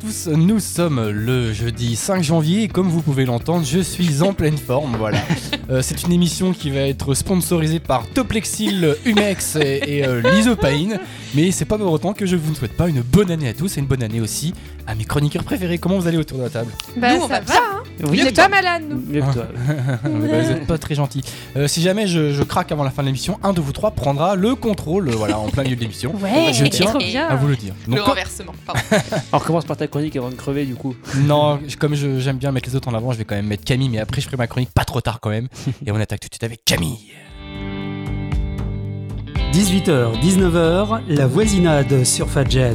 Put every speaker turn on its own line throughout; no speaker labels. tous, nous sommes le jeudi 5 janvier et comme vous pouvez l'entendre, je suis en pleine forme, voilà. Euh, c'est une émission qui va être sponsorisée par Toplexil, Humex et, et euh, l'Isopaïne, mais c'est pas pour autant que je vous ne souhaite pas une bonne année à tous et une bonne année aussi à mes chroniqueurs préférés. Comment vous allez autour de la table
Bah,
Nous, on
ça
va
va, hein.
Oui,
on est pas malade, nous.
Mieux que toi.
Bah, Vous êtes pas très gentil. si jamais je, je craque avant la fin de l'émission, un de vous trois prendra le contrôle, euh, voilà, en plein milieu de l'émission.
Eh,
Ouais,
je tiens
trop bien.
à vous le dire.
Le
comme-
renversement, pardon.
On recommence par ta chronique avant de crever du coup.
Non, je- comme je- j'aime bien mettre les autres en avant, je vais quand même mettre Camille, mais après je ferai ma chronique pas trop tard quand même. Et on attaque tout de suite avec Camille.
18h, 19h, la voisinade sur Fadjet.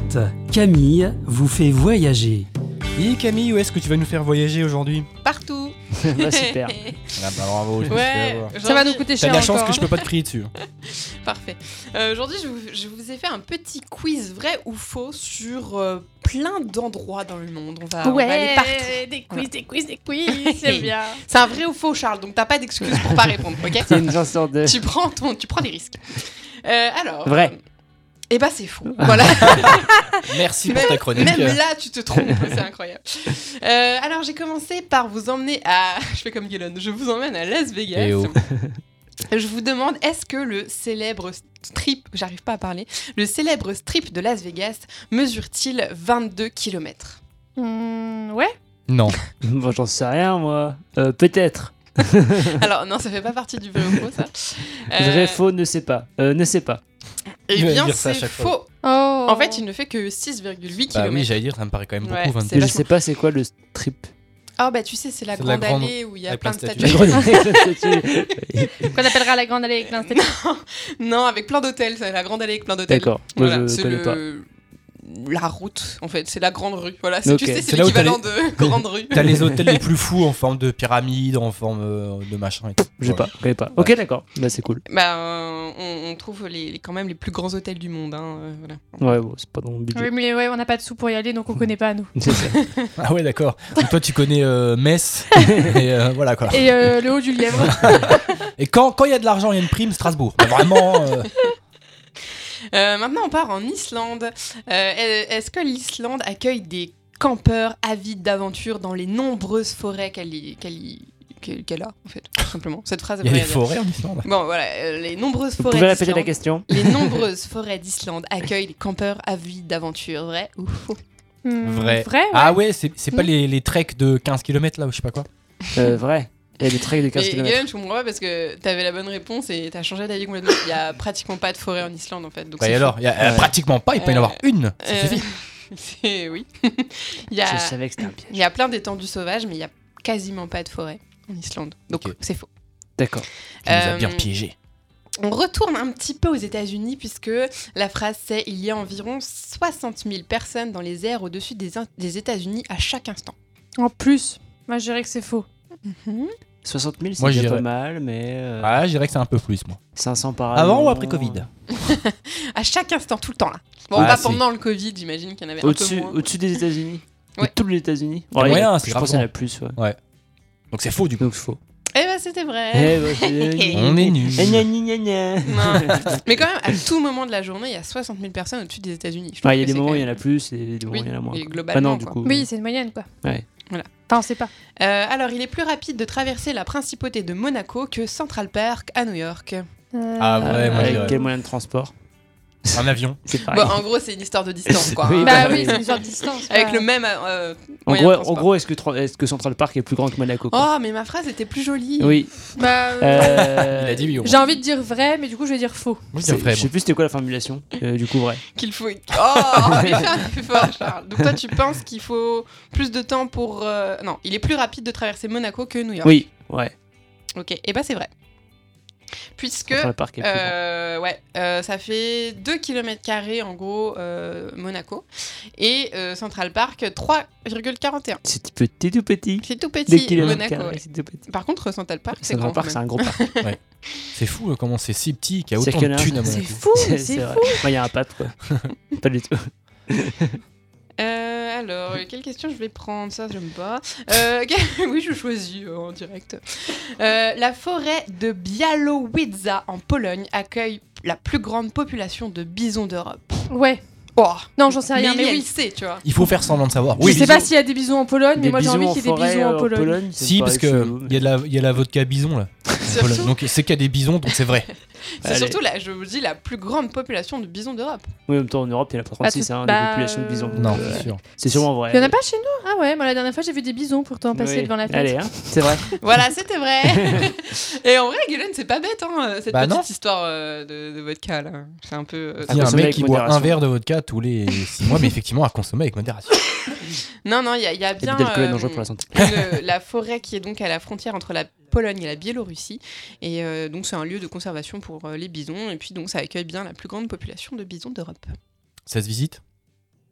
Camille vous fait voyager.
Et Camille, où est-ce que tu vas nous faire voyager aujourd'hui
Partout.
Bah, super.
Ah bah bravo, je me suis fait
Ouais,
avoir.
Ça va nous
aujourd'hui-
coûter
T'as
cher
de la chance
encore, hein.
que je peux pas te crier dessus.
Parfait. Euh, Aujourd'hui, je, vous- je vous ai fait un petit quiz vrai ou faux sur euh, plein d'endroits dans le monde. On va, on va aller Ah partout.
des quiz, des quiz, des quiz, c'est bien.
C'est un vrai ou faux, Charles, donc t'as pas d'excuse pour pas répondre,
C'est
ok
une chanson de.
tu, prends ton, tu prends des risques. Euh, alors.
Vrai.
Eh bah, c'est faux. Voilà.
Merci pour ta chronique.
Même là, tu te trompes, c'est incroyable. Euh, alors, j'ai commencé par vous emmener à. Je fais comme Guillaume, je vous emmène à Las Vegas.
Eh oh.
Je vous demande, est-ce que le célèbre strip, j'arrive pas à parler, le célèbre strip de Las Vegas mesure-t-il 22 km
ouais.
Non.
Bon, j'en sais rien moi. Euh, Peut-être.
Alors, non, ça fait pas partie du vrai ou faux, ça. Euh,
Vrai, faux, ne sais pas. Euh, ne sais pas.
Eh
Il va
bien,
dire ça à
c'est
chaque
faux.
fois.
Oh.
En fait, il ne fait que 6,8 km.
Bah oui, j'allais dire, ça me paraît quand même beaucoup.
Ouais,
22.
c'est
Je
vachement-
sais pas c'est quoi le strip.
Ah, bah, tu sais, c'est la,
C'est la
grande
grande-
allée où il y a
avec
plein de
plein de
statues.
La grenouille.
qu'on appellera la grande allée avec l'institut.
Non, avec plein d'hôtels, c'est la grande allée avec plein d'hôtels.
D'accord. Moi
Voilà,
je
c'est
connais
le-
pas.
La route, en fait, c'est la grande rue. Voilà, c'est
Ok.
tu sais, c'est
C'est là où t'as
l'équivalent de grande rue.
T'as les hôtels les plus fous en forme de pyramide, en forme euh, de machin et tout.
Je sais pas.
Voilà.
je connais pas. Ok d'accord. Bah c'est cool.
Bah, euh, on, on trouve les, les- quand même les plus grands hôtels du monde. Hein, euh, voilà.
Ouais bon c'est pas dans mon budget.
Oui, mais ouais, on n'a pas de sous pour y aller, donc on connaît pas, nous.
C'est ça.
Ah ouais, d'accord. Donc toi, tu connais euh, Metz. et euh, voilà quoi.
Et euh, le haut du lièvre.
Et quand quand il y a de l'argent, il y a une prime Strasbourg. Bah, vraiment. euh,
Euh, maintenant, on part en Islande. Euh, Est-ce que l'Islande accueille des campeurs avides d'aventure dans les nombreuses forêts qu'elle y- qu'elle y- qu'elle- qu'elle a, en fait, tout simplement Cette phrase, elle
Il y a
veut
des
rien dire.
forêts en Islande.
Bon, voilà, euh, les nombreuses
Vous
forêts.
pouvez répéter la
d'Islande-
question
Les nombreuses forêts d'Islande accueillent des campeurs avides d'aventure, vrai ou faux
Hmm,
Vrai.
Vrai, ouais.
Ah ouais, c'est c'est pas les, les treks de 15 km là ou je sais pas quoi.
Euh, Vrai. Il y a des treks de 15
Et
km.
Guillaume, je comprends pas parce que t'avais la bonne réponse et t'as changé d'avis complètement. Il y a pratiquement pas de forêt en Islande en fait. Donc
Bah
c'est
et alors, il y a euh,
Ouais.
pratiquement pas, il peut y en avoir une.
faux.
Ça
Euh,
suffit.
c'est- oui. il, y a,
Je savais que c'était un piège.
il y a plein d'étendues sauvages, mais il y a quasiment pas de forêt en Islande. Donc
Ok.
c'est faux.
D'accord.
Tu nous as
Euh,
bien piégé.
On retourne un petit peu aux États-Unis puisque la phrase c'est il y a environ 60 000 personnes dans les airs au-dessus des, in- des États-Unis à chaque instant.
En plus, moi, je dirais que c'est faux.
60 000
Moi,
c'est déjà
j'irais.
pas mal mais euh,
Ah, je dirais que c'est un peu plus moi.
500 par an.
Avant ou après Covid
À chaque instant, tout le temps là. Bon,
Ah,
pas
si.
pendant le Covid, j'imagine qu'il y en avait un
Au-dessus
peu moins.
au-dessus des États-Unis
Ouais.
De tous les États-Unis
Ouais,
il y en a-
hein, c'est
Je
grave
pense qu'il y en a
grand.
plus, ouais.
Donc c'est faux du coup.
Donc c'est faux.
Eh ben c'était vrai.
Eh, bah, c'est-
On est nuls.
Eh, gna, gna, gna, gna.
Non. Mais quand même, à tout moment de la journée, il y a 60 000 personnes au-dessus des États-Unis. Je trouve
Ouais, il y a
que
des
c'est
moments où
quand
il y en a
même-
plus et des moments où
Oui,
il y en a moins.
et
quoi.
globalement,
Bah non, du
quoi.
coup.
Oui, c'est une moyenne, quoi.
Ouais.
Voilà.
Enfin, on sait pas.
Euh, alors, il est plus rapide de traverser la principauté de Monaco que Central Park à New York.
Euh,
Ah ouais,
Euh,
moi,
avec
j'irais.
quel moyen de transport
Un avion.
C'est pareil.
Bon, en gros, c'est une histoire de distance, quoi. hein.
Oui, bah,
Bah oui, c'est une sorte de distance.
Avec
ouais.
le même. euh,
en,
moyen
gros,
de
en
transport.
gros, est-ce que, tra- est-ce que Central Park est plus grand que Monaco quoi
Oh, mais ma phrase était plus jolie.
Oui.
Bah, euh,
Euh,
Il a dit oui. au moins.
J'ai envie de dire vrai, mais du coup, je vais dire faux.
Moi, je
c'est-
dirais vrai,
je sais plus c'était quoi la formulation. Euh, du coup, vrai.
Qu'il faut. Oh, mais fais un effort, Charles. Donc, toi, tu penses qu'il faut plus de temps pour. euh, Non, il est plus rapide de traverser Monaco que New York.
Oui, ouais.
Ok, et bah, c'est vrai. Puisque.
Central Park est plus grand.
Euh, ouais, euh, ça fait 2 km en gros euh, Monaco et euh, Central Park 3,41.
C'est petit tout petit.
C'est tout
Des
petit
kilomètres
Monaco.
carrés,
ouais.
c'est tout petit.
Par contre Central Park c'est grand.
Central Park,
quand
c'est un
même.
gros parc.
moi. C'est fou euh, comment c'est si petit qu'il y a
C'est
autant
qu'il y
de
en a un-
thunes à
C'est
Monaco.
fou, mais c'est
vrai.
fou.
Ouais, Il y a un pape, quoi. Ah, Pas du tout.
Euh, alors euh, quelle question je vais prendre ça j'aime pas. Euh, que- oui je choisis euh, en direct. Euh, la forêt de Białowieża en Pologne accueille la plus grande population de bisons d'Europe.
Ouais.
Oh,
Non, j'en sais
mais
rien, mais,
il,
oui.
sait, tu vois.
Il faut faire semblant de savoir.
Oui,
je
c'est
sais pas s'il y a des bisous en Pologne, mais moi j'ai
bisous
envie
en
qu'il y ait des
forêt,
bisous en
euh,
Pologne.
ça
Si,
me
parce
paraît
que
chelou,
il y, a de la- il y a la vodka bison là. en Pologne.
Surtout-
Donc c'est qu'il y a des bisons, donc c'est vrai.
C'est
Allez.
surtout, la, je vous dis, la plus grande population de bisons d'Europe.
Oui, en même temps, en Europe, il n'y en a pas 36,
tout-
hein,
bah,
des populations de bisons.
Non,
Euh,
c'est sûr.
c'est sûrement vrai.
Il y en a pas chez nous Ah ouais, moi la dernière fois j'ai vu des bisons pourtant passer
Oui.
devant la fenêtre.
Allez, hein, c'est vrai.
Voilà, c'était vrai. Et en vrai, Gulen, c'est pas bête, hein, cette
Bah
petite
non.
histoire euh, de, de vodka, là. C'est un peu... euh,
Ah,
Il y a un mec
consommer avec
qui boit un
modération.
verre de vodka tous les 6 mois, mais effectivement à consommer avec modération.
Non, non, il y, a- il y a
Et
bien...
puis d'alcool est
euh,
dangereux pour la santé.
une- la forêt qui est donc à la frontière entre la Pologne et la Biélorussie. Et euh, donc, c'est un lieu de conservation pour euh, les bisons. Et puis, donc, ça accueille bien la plus grande population de bisons d'Europe.
Ça se visite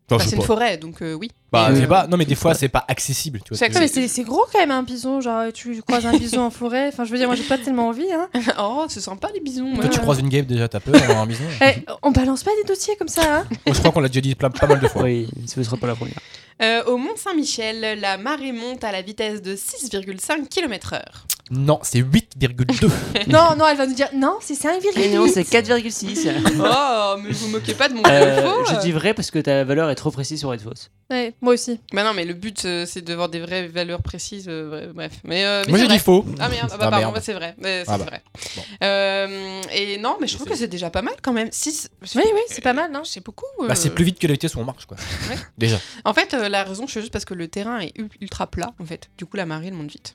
Bah, c'est une forêt, donc euh, oui.
Bah,
Euh,
je sais pas. Non, mais des fois,
forêt.
c'est pas accessible. Tu vois,
C'est
ce que
Ouais,
je
mais
veux dire.
c'est c'est gros quand même un bison, genre tu croises un bison en forêt. Enfin, je veux dire, moi j'ai pas tellement envie. Hein.
oh, ce sent pas les bisons. hein.
Toi,
moi.
tu croises une guêpe déjà, t'as peur d'avoir un bison
Eh, on balance pas des dossiers comme ça. Hein
Oh, Je crois qu'on l'a déjà dit plein- pas mal de fois.
Oui, si vous ne serez pas la première.
Euh, au Mont Saint-Michel, la marée monte à la vitesse de 6,5 km/h.
Non, c'est 8,2.
non, non, elle va nous dire non, c'est 5,8.
Et non, c'est 4,6.
Oh, mais vous moquez pas de mon
Euh,
faux
je dis vrai parce que ta valeur est trop précise sur être fausse.
Ouais, moi aussi.
Bah non, mais le but, euh, c'est d'avoir des vraies valeurs précises. euh, vra- bref. Mais, euh, mais
Moi,
c'est
j'ai
vrai.
dit faux.
Ah merde, ah bah,
Ah,
pardon,
merde.
bah, c'est vrai. Euh, c'est
Ah bah.
vrai.
Bon.
Euh, et non, mais je trouve
c'est-
que c'est déjà pas mal quand même. Six-
Oui, oui, c'est pas mal. Hein.
C'est beaucoup.
Bah,
euh.
c'est plus vite que la vitesse où on marche, quoi.
Ouais.
Déjà.
En fait, euh, la raison, c'est juste parce que le terrain est ul- ultra plat, en fait. Du coup, la marée, elle monte vite.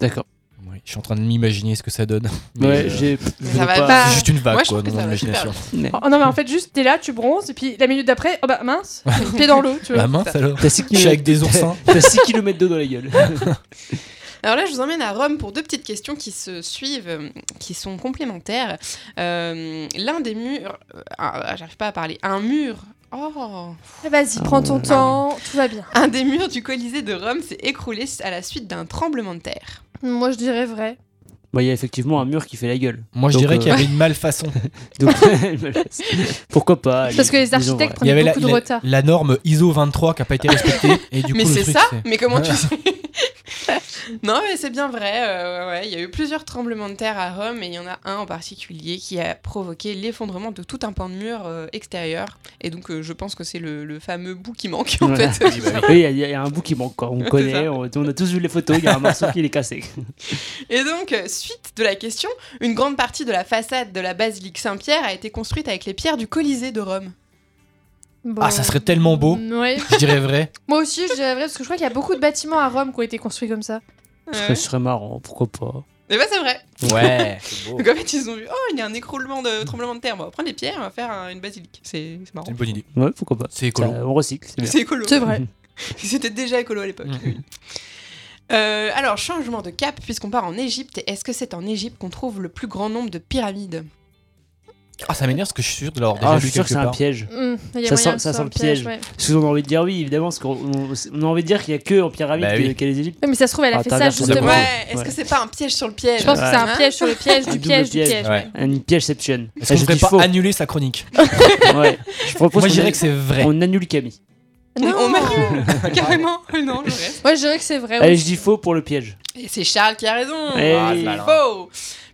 D'accord.
Oui, je suis en train de m'imaginer ce que ça donne. Mais,
Ouais,
euh,
j'ai.
Ça va
pas.
pas.
C'est juste une vague,
Moi, je
quoi,
trouve que
dans mon
ça va super
imagination.
Mais-
Oh, non, mais en fait, juste t'es là, tu bronzes, et puis la minute d'après, oh bah mince, pied dans l'eau, tu vois.
La main, Ah, alors
T'as 6
Je suis avec des oursins.
T'as 6 km d'eau dans la gueule.
Alors là, je vous emmène à Rome pour deux petites questions qui se suivent, euh, qui sont complémentaires. Euh, L'un des murs. euh, ah, J'arrive pas à parler. Un mur. Oh
Eh, Vas-y, prends ton
Ah.
temps, tout va bien.
Un des murs du Colisée de Rome s'est écroulé à la suite d'un tremblement de terre.
Moi, je dirais vrai.
Bah, il y a effectivement un mur qui fait la gueule.
Moi, je
Donc,
dirais
euh,
qu'il y avait une malfaçon.
Donc, elle me laisse. pourquoi pas allez,
Parce que les
disons
architectes
vrai.
Il y
Prenez
avait la,
beaucoup de
la-
retard.
la norme ISO 23 qui n'a pas été respectée. et du
mais
coup, le
c'est
truc,
ça
c'est-
Mais comment tu sais Non, mais c'est bien vrai. euh, ouais, il y a eu plusieurs tremblements de terre à Rome et il y en a un en particulier qui a provoqué l'effondrement de tout un pan de mur euh, extérieur. Et donc, euh, je pense que c'est le, le fameux bout qui manque en
Voilà.
euh,
fait.
Oui, il y a- il y, a un bout qui manque, quoi. on connaît,
ça.
on, on a tous vu les photos, il y a un morceau qui est cassé.
Et donc, euh, suite de la question, une grande partie de la façade de la basilique Saint-Pierre a été construite avec les pierres du Colisée de Rome.
Bon.
Ah, ça serait tellement beau.
Mm, ouais.
Je dirais vrai.
Moi aussi, je dirais vrai, parce que je crois qu'il y a beaucoup de bâtiments à Rome qui ont été construits comme ça.
Ce
Ouais.
serait- ce serait marrant, pourquoi pas.
Euh, Et bah, c'est vrai.
Ouais.
Donc, en fait, ils ont vu, oh, il y a un écroulement de tremblement de terre. Bon, on va prendre les pierres, on va faire un- une basilique. C'est c'est marrant.
C'est une bonne idée.
Ouais, pourquoi pas.
C'est écolo.
Ça, on recycle, c'est bien.
C'est écolo.
C'est vrai.
Mmh.
C'était déjà écolo à l'époque.
Mhm.
Euh, alors, changement de cap, puisqu'on part en Égypte, est-ce que c'est en Égypte qu'on trouve le plus grand nombre de pyramides
Ah, ça m'énerve parce que je suis sûr de l'avoir déjà
Ah, je
vu
suis sûr que
quelque
c'est un
part.
piège.
Mm, il y a
Ça sent-
moyen que ce
ça
soit
sent
un
le piège.
ouais.
Parce qu'on a envie de dire oui, évidemment, parce qu'on on- on a envie de dire qu'il y a que en pyramide
Bah
que-
oui.
qu'à les Égyptes.
Ouais, Mais ça se trouve, elle a
Ah,
fait
t'as
ça
raison,
justement.
Ouais.
Ouais, est-ce que c'est pas un piège sur le piège
Je pense que c'est
Hein
un piège sur le piège
Un
du
double
piège du
piège.
piège.
Ouais.
Une piège septienne.
Est-ce qu'on
je
ne
dis
pas
faux.
annuler sa chronique
Ouais. Je propose
Moi, je
qu'on
dirais
annule-
que c'est vrai.
on annule Camille.
On- on
Non.
m'annule Carrément Euh, Non, je reste.
Moi, je dirais que c'est vrai.
Allez,
oui.
je dis faux pour le piège.
Et c'est Charles qui a raison
Eh
Ah,
oui.
là, là.
Faux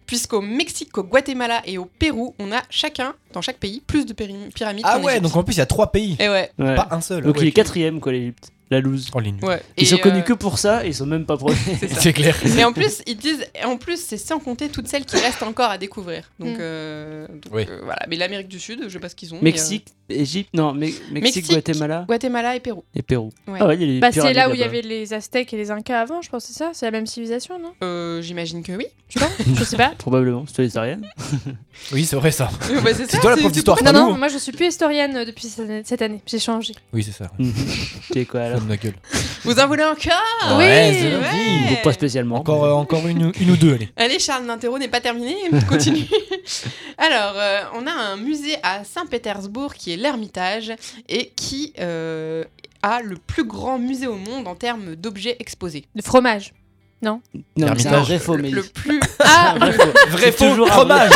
Puisqu'au Mexique, au Guatemala et au Pérou, on a chacun, dans chaque pays, plus de péri- pyramides
Ah
qu'en
ouais,
Égypte.
donc en plus, il y a trois pays.
Et ouais.
Ouais.
Pas un seul.
Donc
Ouais,
il est
ok.
quatrième quoi l'Égypte, la loose.
Oh, les nuls.
ouais.
Ils
Et,
sont connus
euh,
que pour ça et ils sont même pas premiers.
c'est ça.
C'est clair.
Et en plus, ils disent, et en plus, c'est sans compter toutes celles qui restent encore à découvrir. Donc,
Mm.
euh, donc,
Oui.
euh, voilà. Mais l'Amérique du Sud, je sais pas ce qu'ils ont. mais,
Mexique, Égypte, non, mais- Mexique,
Mexique.
Guatemala
euh, Guatemala et Pérou.
et Pérou.
Ouais.
Ah ouais, il y a les
Bah, c'est
pyramides
là où il y
là-bas.
avait les Aztèques et les Incas avant, je pense, c'est ça C'est la même civilisation, non
Euh, J'imagine que oui.
Je sais pas. Je sais pas.
Probablement, c'est historien.
Oui, c'est vrai ça.
Euh, bah, c'est
Ah, C'est
ça,
toi la
c'est-
prof
c'est
d'histoire,
Non,
pas
non,
nous.
moi je suis plus historienne euh, depuis cette cette année, j'ai changé.
Oui, c'est ça.
C'est quoi alors
Ferme la gueule.
Vous en voulez encore
Oui,
Ah, Ouais, c'est
ouais.
gentil.
Bon, Pas spécialement.
Encore, euh, encore une, ou- une ou deux, allez.
Allez, Charles, l'interro n'est pas terminé. Continue. Alors, euh, on a un musée à Saint-Pétersbourg qui est l'Ermitage et qui euh, a le plus grand musée au monde en termes d'objets exposés.
Le fromage.
Non, mais c'est un
L'Ermitage.
vrai faux, mais.
Le plus.
Ah,
Ah
vrai faux.
Vrai
C'est
faux ah,
toujours un
fromage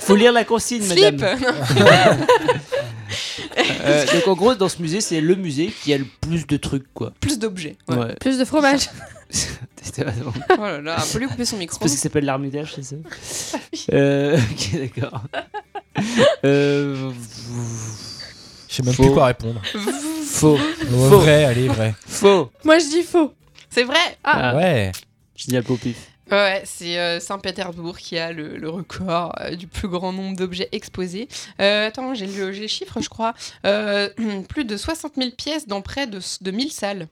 Faut lire la consigne,
Slip
madame. Euh, donc en gros, dans ce musée, c'est le musée qui a le plus de trucs, quoi.
Plus d'objets. Ouais.
Ouais.
Plus de fromage.
C'était vraiment-
Oh là là, on peut lui couper son
C'est
micro.
parce que ça s'appelle l'Armitage, c'est ça
Ah
euh, Ok, d'accord. Euh,
Je sais même
Faux.
plus quoi répondre.
Faux.
Ouais,
Faux.
Vrai, allez, vrai.
Faux.
Moi, je dis faux.
C'est vrai
Ah.
Ouais.
Je dis à pif.
Ouais, c'est euh, Saint-Pétersbourg qui a le, le record euh, du plus grand nombre d'objets exposés. Euh, attends, j'ai le, j'ai le chiffre, je crois. Euh, plus de 60 000 pièces dans près de, de 1000 salles.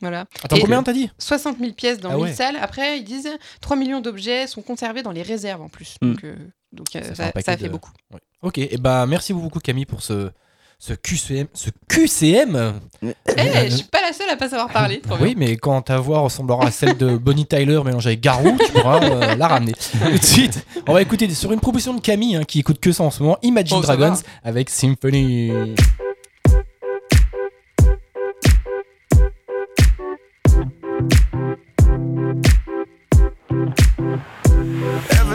Voilà.
Attends,
Et-
combien t'as dit
60 000 pièces dans
Ah
1000
ouais.
salles. Après, ils disent 3 millions d'objets sont conservés dans les réserves en plus.
Hmm.
Donc, euh, donc, euh,
Ça fait
ça,
un paquet
ça fait
de-
beaucoup.
Ouais. Ok, et bah merci beaucoup Camille pour ce, ce QCM. Ce QCM
Eh, je suis pas la seule à pas savoir parler. trop bien.
Oui, mais quand ta voix ressemblera à celle de Bonnie Tyler mélangée avec Garou, tu pourras euh, la ramener. Tout de suite, on va écouter sur une proposition de Camille hein, qui écoute que ça en ce moment Imagine
Oh, ça
Dragons avec Symphony.
Ever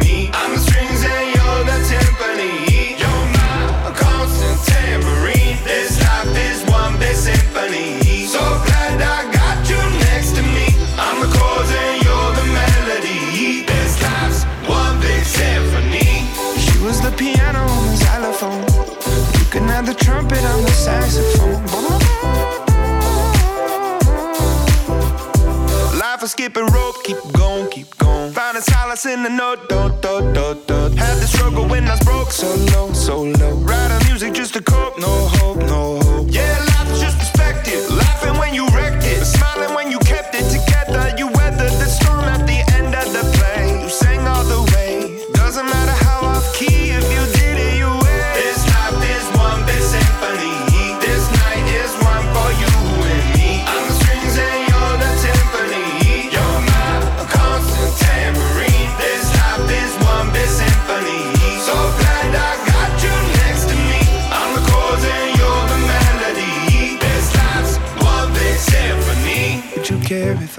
me. I'm the strings and you're the timpani. You're my constant tambourine. This life is one big symphony. So glad I got you next to me. I'm the chords and you're the melody. This life's one big symphony. She was the piano on the xylophone. You can add the trumpet on the saxophone. Life is skipping rope, keep going, keep going. Finding solace in the note, do, do, do, do. Had the struggle when I was broke, so low, so low. Writing music just to cope, no hope, no hope. Yeah, life is just perspective. Laughing when you wrecked it, smiling when you kept it together. You weathered the storm at the end of the play. You sang all the way. Doesn't matter how off key, if you did it, you win. This life is one big symphony. This night is one for you and me. I'm the strings and you're the timpani. You're my constant tambourine. This life is one big symphony. So glad I got you next to me. I'm the chords and you're the melody. This life's one big symphony. Would you care if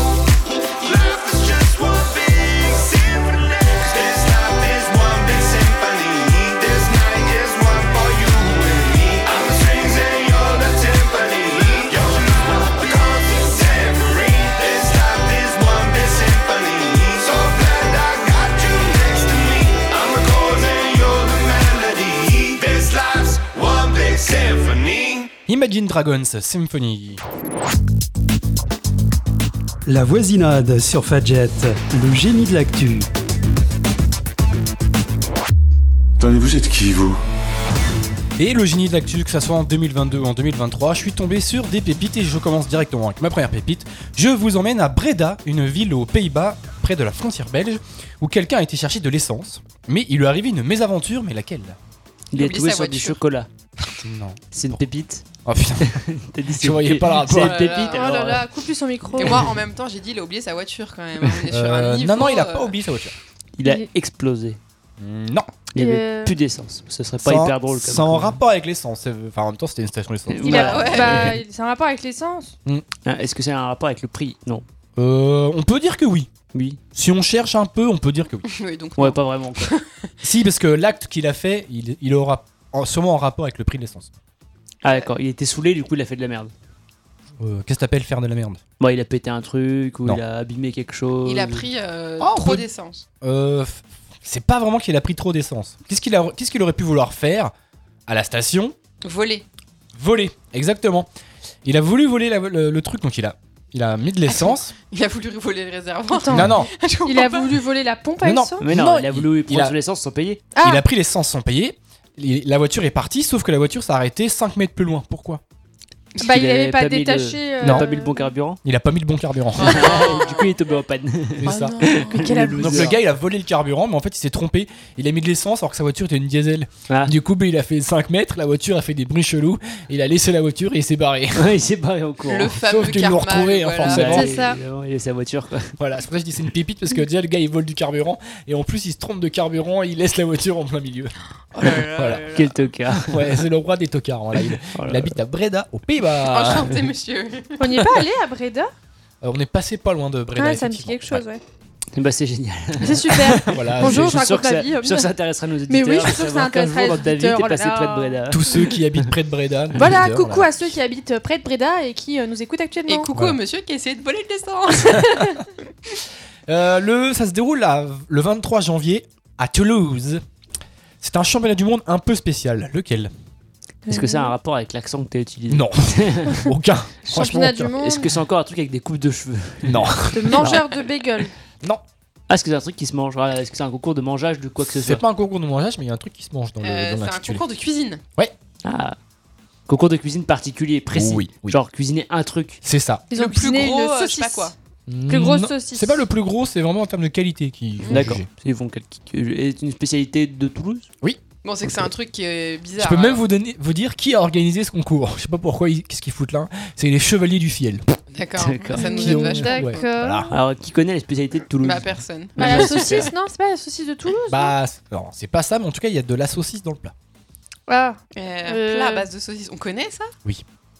Life is just one big symphony. This life is one big symphony. This night is one for you and me. I'm the strings and you're the timpani. You're my constant tambourine. This life is one big symphony. So glad I got you next to me. I'm the chords and you're the melody. This life's one big symphony.
Imagine Dragons Symphony.
La voisinade sur Fadjet, le génie de l'actu.
Attendez, vous êtes qui, vous
Et le génie de l'actu, que ça soit en 2022 ou en 2023, je suis tombé sur des pépites et je commence directement avec ma première pépite. Je vous emmène à Breda, une ville aux Pays-Bas, près de la frontière belge, où quelqu'un a été chercher de l'essence, mais il lui est arrivé une mésaventure, mais laquelle
Il est
Oublie
tombé
sa
sur du
voiture.
chocolat.
Non.
C'est une pépite.
Oh putain.
T'as dit
Je voyais pas le rapport.
C'est
Oh
une
là
pépite.
Oh
là,
alors,
là là, coupe lui son micro.
Et moi, en même temps, j'ai dit, il a oublié sa voiture quand même. On est sur un
Euh,
niveau,
non, non, il a
euh,
pas oublié sa voiture.
Il a
Il-
explosé.
Hmm, Non.
Il n'y avait
Euh,
plus d'essence. Ce serait pas
Sans-
hyper drôle. comme
Sans
coup.
rapport avec l'essence. c'est- Enfin, en même temps, c'était une station d'essence.
Euh,
Il a-
Voilà.
bah, il- c'est un rapport avec l'essence.
Ah, Est-ce que c'est un rapport avec le prix Non.
Euh, on peut dire que oui.
Oui.
Si on cherche un peu, on peut dire que oui.
oui, donc,
Ouais, pas vraiment. quoi.
si, parce que l'acte qu'il a fait, il, il aura en- sûrement en rapport avec le prix de l'essence.
Ah, d'accord. Il était saoulé, du coup, il a fait de la merde.
Euh, Qu'est-ce que t'appelles faire de la merde
Bon, il a pété un truc ou
Non.
il a abîmé quelque chose.
il a pris euh,
Oh, on
trop
peut-
d'essence.
Euh, f- c'est pas vraiment qu'il a pris trop d'essence. Qu'est-ce qu'il a- qu'est-ce qu'il aurait pu vouloir faire à la station
Volé.
Voler, exactement. Il a voulu voler la- le, le truc, donc il a Il a mis de l'essence.
Il a voulu voler le réservoir.
Attends,
Non, non,
Je comprends
il a
pas.
voulu voler la pompe à
Non, non.
essence
Mais non,
Non,
il a
il-
voulu
il
prendre
a-
de l'essence sans payer.
Ah.
il a pris l'essence sans payer. Il- La voiture est partie, sauf que la voiture s'est arrêtée 5 mètres plus loin. Pourquoi
Parce
Bah,
qu'il
il avait pas
mis le-
détaché. euh,
Il a pas mis le bon carburant.
Il a pas mis le bon carburant.
Ah,
Oh non.
du coup, il est tombé en panne.
C'est
Oh
ça.
non.
Mais quel abruti.
Donc le gars il a volé le carburant mais en fait il s'est trompé, il a mis de l'essence alors que sa voiture était une diesel.
Ah.
Du coup bah, il a fait 5 mètres, la voiture a fait des bruits chelous, il a laissé la voiture et il s'est barré.
Ouais, il s'est barré en courant. Ah,
Le fameux
qu'ils l'ont
karma.
retrouvé, hein,
voilà.
forcément.
Ouais,
C'est ça.
évidemment, Il est sa voiture. quoi.
voilà, c'est pour ça que je dis c'est une pépite parce que déjà le gars il vole du carburant et en plus il se trompe de carburant et il laisse la voiture en plein milieu.
Oh là là
Voilà.
là là.
Quel tocard.
Ouais, c'est le roi des tocards. voilà. Il,
Oh là
il
là.
habite à Breda aux Pays-Bas.
Enchanté, monsieur.
On n'y est pas allé à Breda
Euh, on est passé pas loin de Breda.
Ah, ça me dit
effectivement.
quelque chose, ouais.
Bah, c'est génial.
C'est super.
Voilà,
Bonjour,
je,
je
suis sûr
raconte
que ça,
ma vie,
je suis sûr
euh,
que ça intéressera nos auditeurs.
Mais oui, je suis sûr
de
que ça
savoir qu'un
intéressera
jour,
les
dans ta vie,
auditeurs,
t'es
oh là
passé près de
là.
c'est-
Breda.
Tous ceux qui habitent près de Breda. nos
Voilà,
auditeurs,
coucou
voilà.
à ceux qui habitent euh, près de Breda et qui euh, nous écoutent
Et
actuellement.
coucou
Voilà.
au monsieur qui a essayé de voler de l'essence.
Euh, le, ça se déroule à- le 23 janvier à Toulouse. C'est un championnat du monde un peu spécial. Lequel
Euh, Mmh.
Est-ce que ça a un rapport avec l'accent que t'as utilisé
Non, aucun. Franchement,
Championnat du
aucun.
monde
Est-ce que c'est encore un truc avec des coupes de cheveux
Non.
de mangeurs de bagels.
Ah, est-ce que c'est un truc qui se mange Voilà, Est-ce que c'est un concours de mangeage de quoi que ce
C'est
soit
pas un concours de mangeage, mais il y a un truc qui se mange dans le-
Euh,
dans
C'est un
l'intitulé.
concours de cuisine.
Ah. Concours de cuisine particulier, précis.
Oui, oui.
Genre cuisiner un truc.
C'est ça.
Ils
Le
ont
plus
cuisiné
gros,
une
euh, je sais
saucisse.
pas quoi.
Plus grosse
Non,
saucisse.
C'est pas le plus gros, c'est vraiment en termes de qualité qui.
D'accord.
jugé.
Ils font quel- Est une spécialité de Toulouse
Bon, c'est que c'est un truc qui est
Je
bizarre.
peux même
hein.
vous, donner, vous dire qui a organisé ce concours. Je sais pas pourquoi, ils- qu'est-ce qu'ils foutent là C'est les Chevaliers du Fiel.
Ah. D'accord.
D'accord.
Ça nous
Qui
aide
ont-
vachement.
ouais,
D'accord.
voilà.
Alors, qui connaît les spécialités de Toulouse
Bah, personne.
Bah, la saucisse, non, c'est pas la saucisse de Toulouse.
Bah, c'est- non, c'est pas ça, mais en tout cas, il y a de la saucisse dans le plat.
Ah,
Euh,
Euh.
Plat à base de saucisse. On connaît ça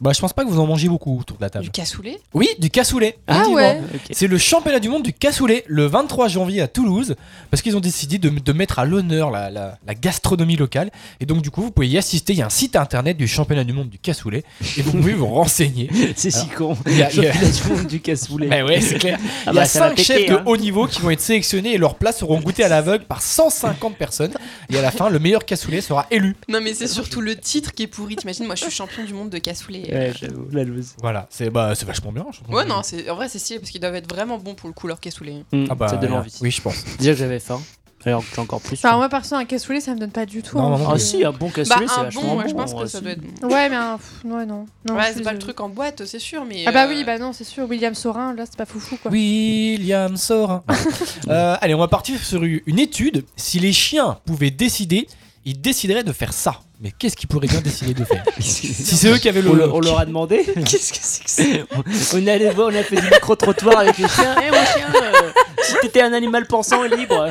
Bah, je pense pas que vous en mangez beaucoup autour de la
Du
table.
cassoulet
Oui, du cassoulet.
Ah
effectivement.
ouais.
Ok.
C'est le championnat du monde du cassoulet le 23 janvier à Toulouse parce qu'ils ont décidé de, de mettre à l'honneur la, la- la gastronomie locale et donc du coup vous pouvez y assister. Il y a un site internet du championnat du monde du cassoulet et vous pouvez vous renseigner.
C'est si con.
Il y a- il y a-
Championnat du monde du cassoulet.
Bah ouais, c'est clair.
Ah
Il y
bah,
a
ça va
5
péter,
chefs de
hein.
haut niveau qui vont être sélectionnés et leurs plats seront goûtés à l'aveugle par 150 personnes et à la fin le meilleur cassoulet sera élu.
Non, mais c'est surtout le titre qui est pourri. T'imagines, moi je suis champion du monde de cassoulet.
Ouais, j'avoue, la loose.
Voilà, c'est bah c'est vachement bien. je pense.
Ouais, non, c'est- en vrai, c'est stylé parce qu'ils doivent être vraiment bons pour le coup, leur cassoulet.
Hmm,
Ah bah,
ça donne
euh,
envie.
Oui, je pense.
Déjà que j'avais faim. Alors que j'ai encore plus.
Enfin,
faim.
moi, perso, un cassoulet, ça me donne pas du tout.
Non,
envie.
non,
Ah si, un bon
Bah,
cassoulet, c'est
un bon,
vachement
ouais, je
bon,
pense
ouais,
que ça
si.
doit être bon.
Ouais, mais un. pff, ouais, non. Non,
Ouais,
je
c'est
suis
pas
désolée.
le truc en boîte, c'est sûr, mais.
Ah, bah
euh,
oui, bah non, c'est sûr. William Sorin, là, c'est pas foufou, quoi.
William Sorin. Euh, allez, on va partir sur une étude. Si les chiens pouvaient décider, ils décideraient de faire ça. Mais qu'est-ce qu'ils pourraient bien décider de faire Si c'est eux qui avaient le.
On, le- on leur a demandé. Qu'est-ce que c'est que ça On est allé voir, on a fait du micro-trottoir avec les chiens. Eh mon chien, euh, si t'étais un animal pensant et libre.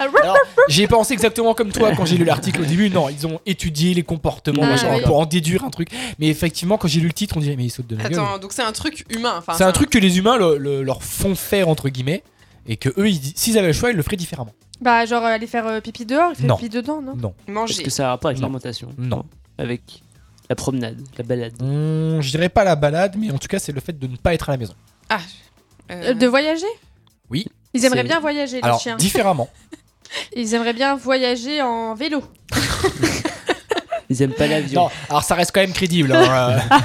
Ah,
Alors, J'ai pensé exactement comme toi quand j'ai lu l'article au début. Non, ils ont étudié les comportements
Ah,
machin,
oui.
pour en déduire un truc. Mais effectivement, quand j'ai lu le titre, on dirait mais ils sautent de la gueule.
Attends, donc c'est un truc humain. enfin,
C'est un truc que les humains le- le- leur font faire entre guillemets. Et que eux, ils- s'ils avaient le choix, ils le feraient différemment.
Bah, genre, euh, aller faire euh, pipi dehors, il fait
Non.
pipi dedans, non
Non.
Est-ce
Manger.
que ça a rapport avec
Non.
l'alimentation
Non.
Avec la promenade, la balade.
Hum, je dirais pas la balade, mais en tout cas, c'est le fait de ne pas être à la maison.
Ah.
Euh,
euh,
De voyager
Oui.
Ils aimeraient
C'est-
bien voyager, les
Alors,
chiens.
différemment.
Ils aimeraient bien voyager en vélo.
Ils aiment pas l'avion.
Non, alors ça reste quand même crédible. hein, euh,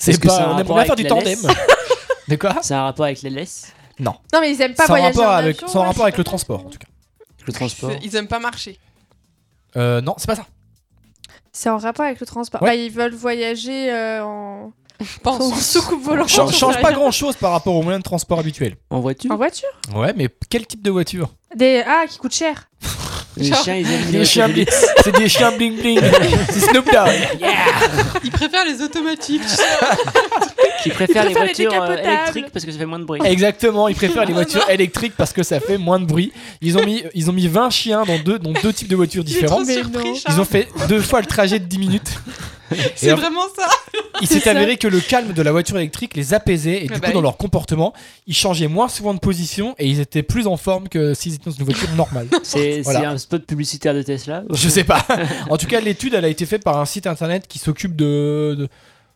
c'est
Est-ce que ça a
pas.
un
On
rapport
aimerait faire
avec
du
la
tandem.
laisse
De quoi
C'est un rapport avec la laisse,
Non, mais ils aiment pas
Sans
voyager
rapport,
en
avec,
avion,
sans
ouais,
rapport
je
avec
sais
le
pas.
transport, en tout cas.
avec le transport.
c'est- Ils aiment pas marcher.
Euh, non, c'est pas ça.
C'est en rapport avec le transport.
Ouais.
Bah, ils veulent voyager euh, en...
Pas
en soucoupe volante.
Cha- change pas grand chose par rapport aux moyens de transport habituels.
En voiture
En voiture
Ouais, mais quel type de voiture
Des... Ah, qui coûte cher.
Les
Genre-
chiens, ils aiment
Des
les
chiens bling. C'est des chiens bling bling. c'est Snoop Dogg.
Ils préfèrent les automatiques. tu sais.
Qui préfèrent les
préfèrent les
voitures euh,
décapotables.
électriques parce que ça fait moins de bruit.
Exactement, ils préfèrent
Ah,
les voitures électriques parce que ça fait moins de bruit. Ils ont mis, ils ont mis 20 chiens dans deux, dans deux types de voitures
Il est trop
différentes.
Mais
surpris,
non.
Ils
Charles.
ont fait deux fois le trajet de 10 minutes.
C'est
en-
vraiment ça.
Il
C'est
s'est
ça.
avéré que le calme de la voiture électrique les apaisait et
Ah
du
bah
coup dans
oui.
leur comportement, ils changeaient moins souvent de position et ils étaient plus en forme que s'ils étaient dans une voiture normale.
C'est
Voilà.
c'est un spot publicitaire de Tesla.
Je sais pas. En tout cas, l'étude elle a été faite par un site internet qui s'occupe de, de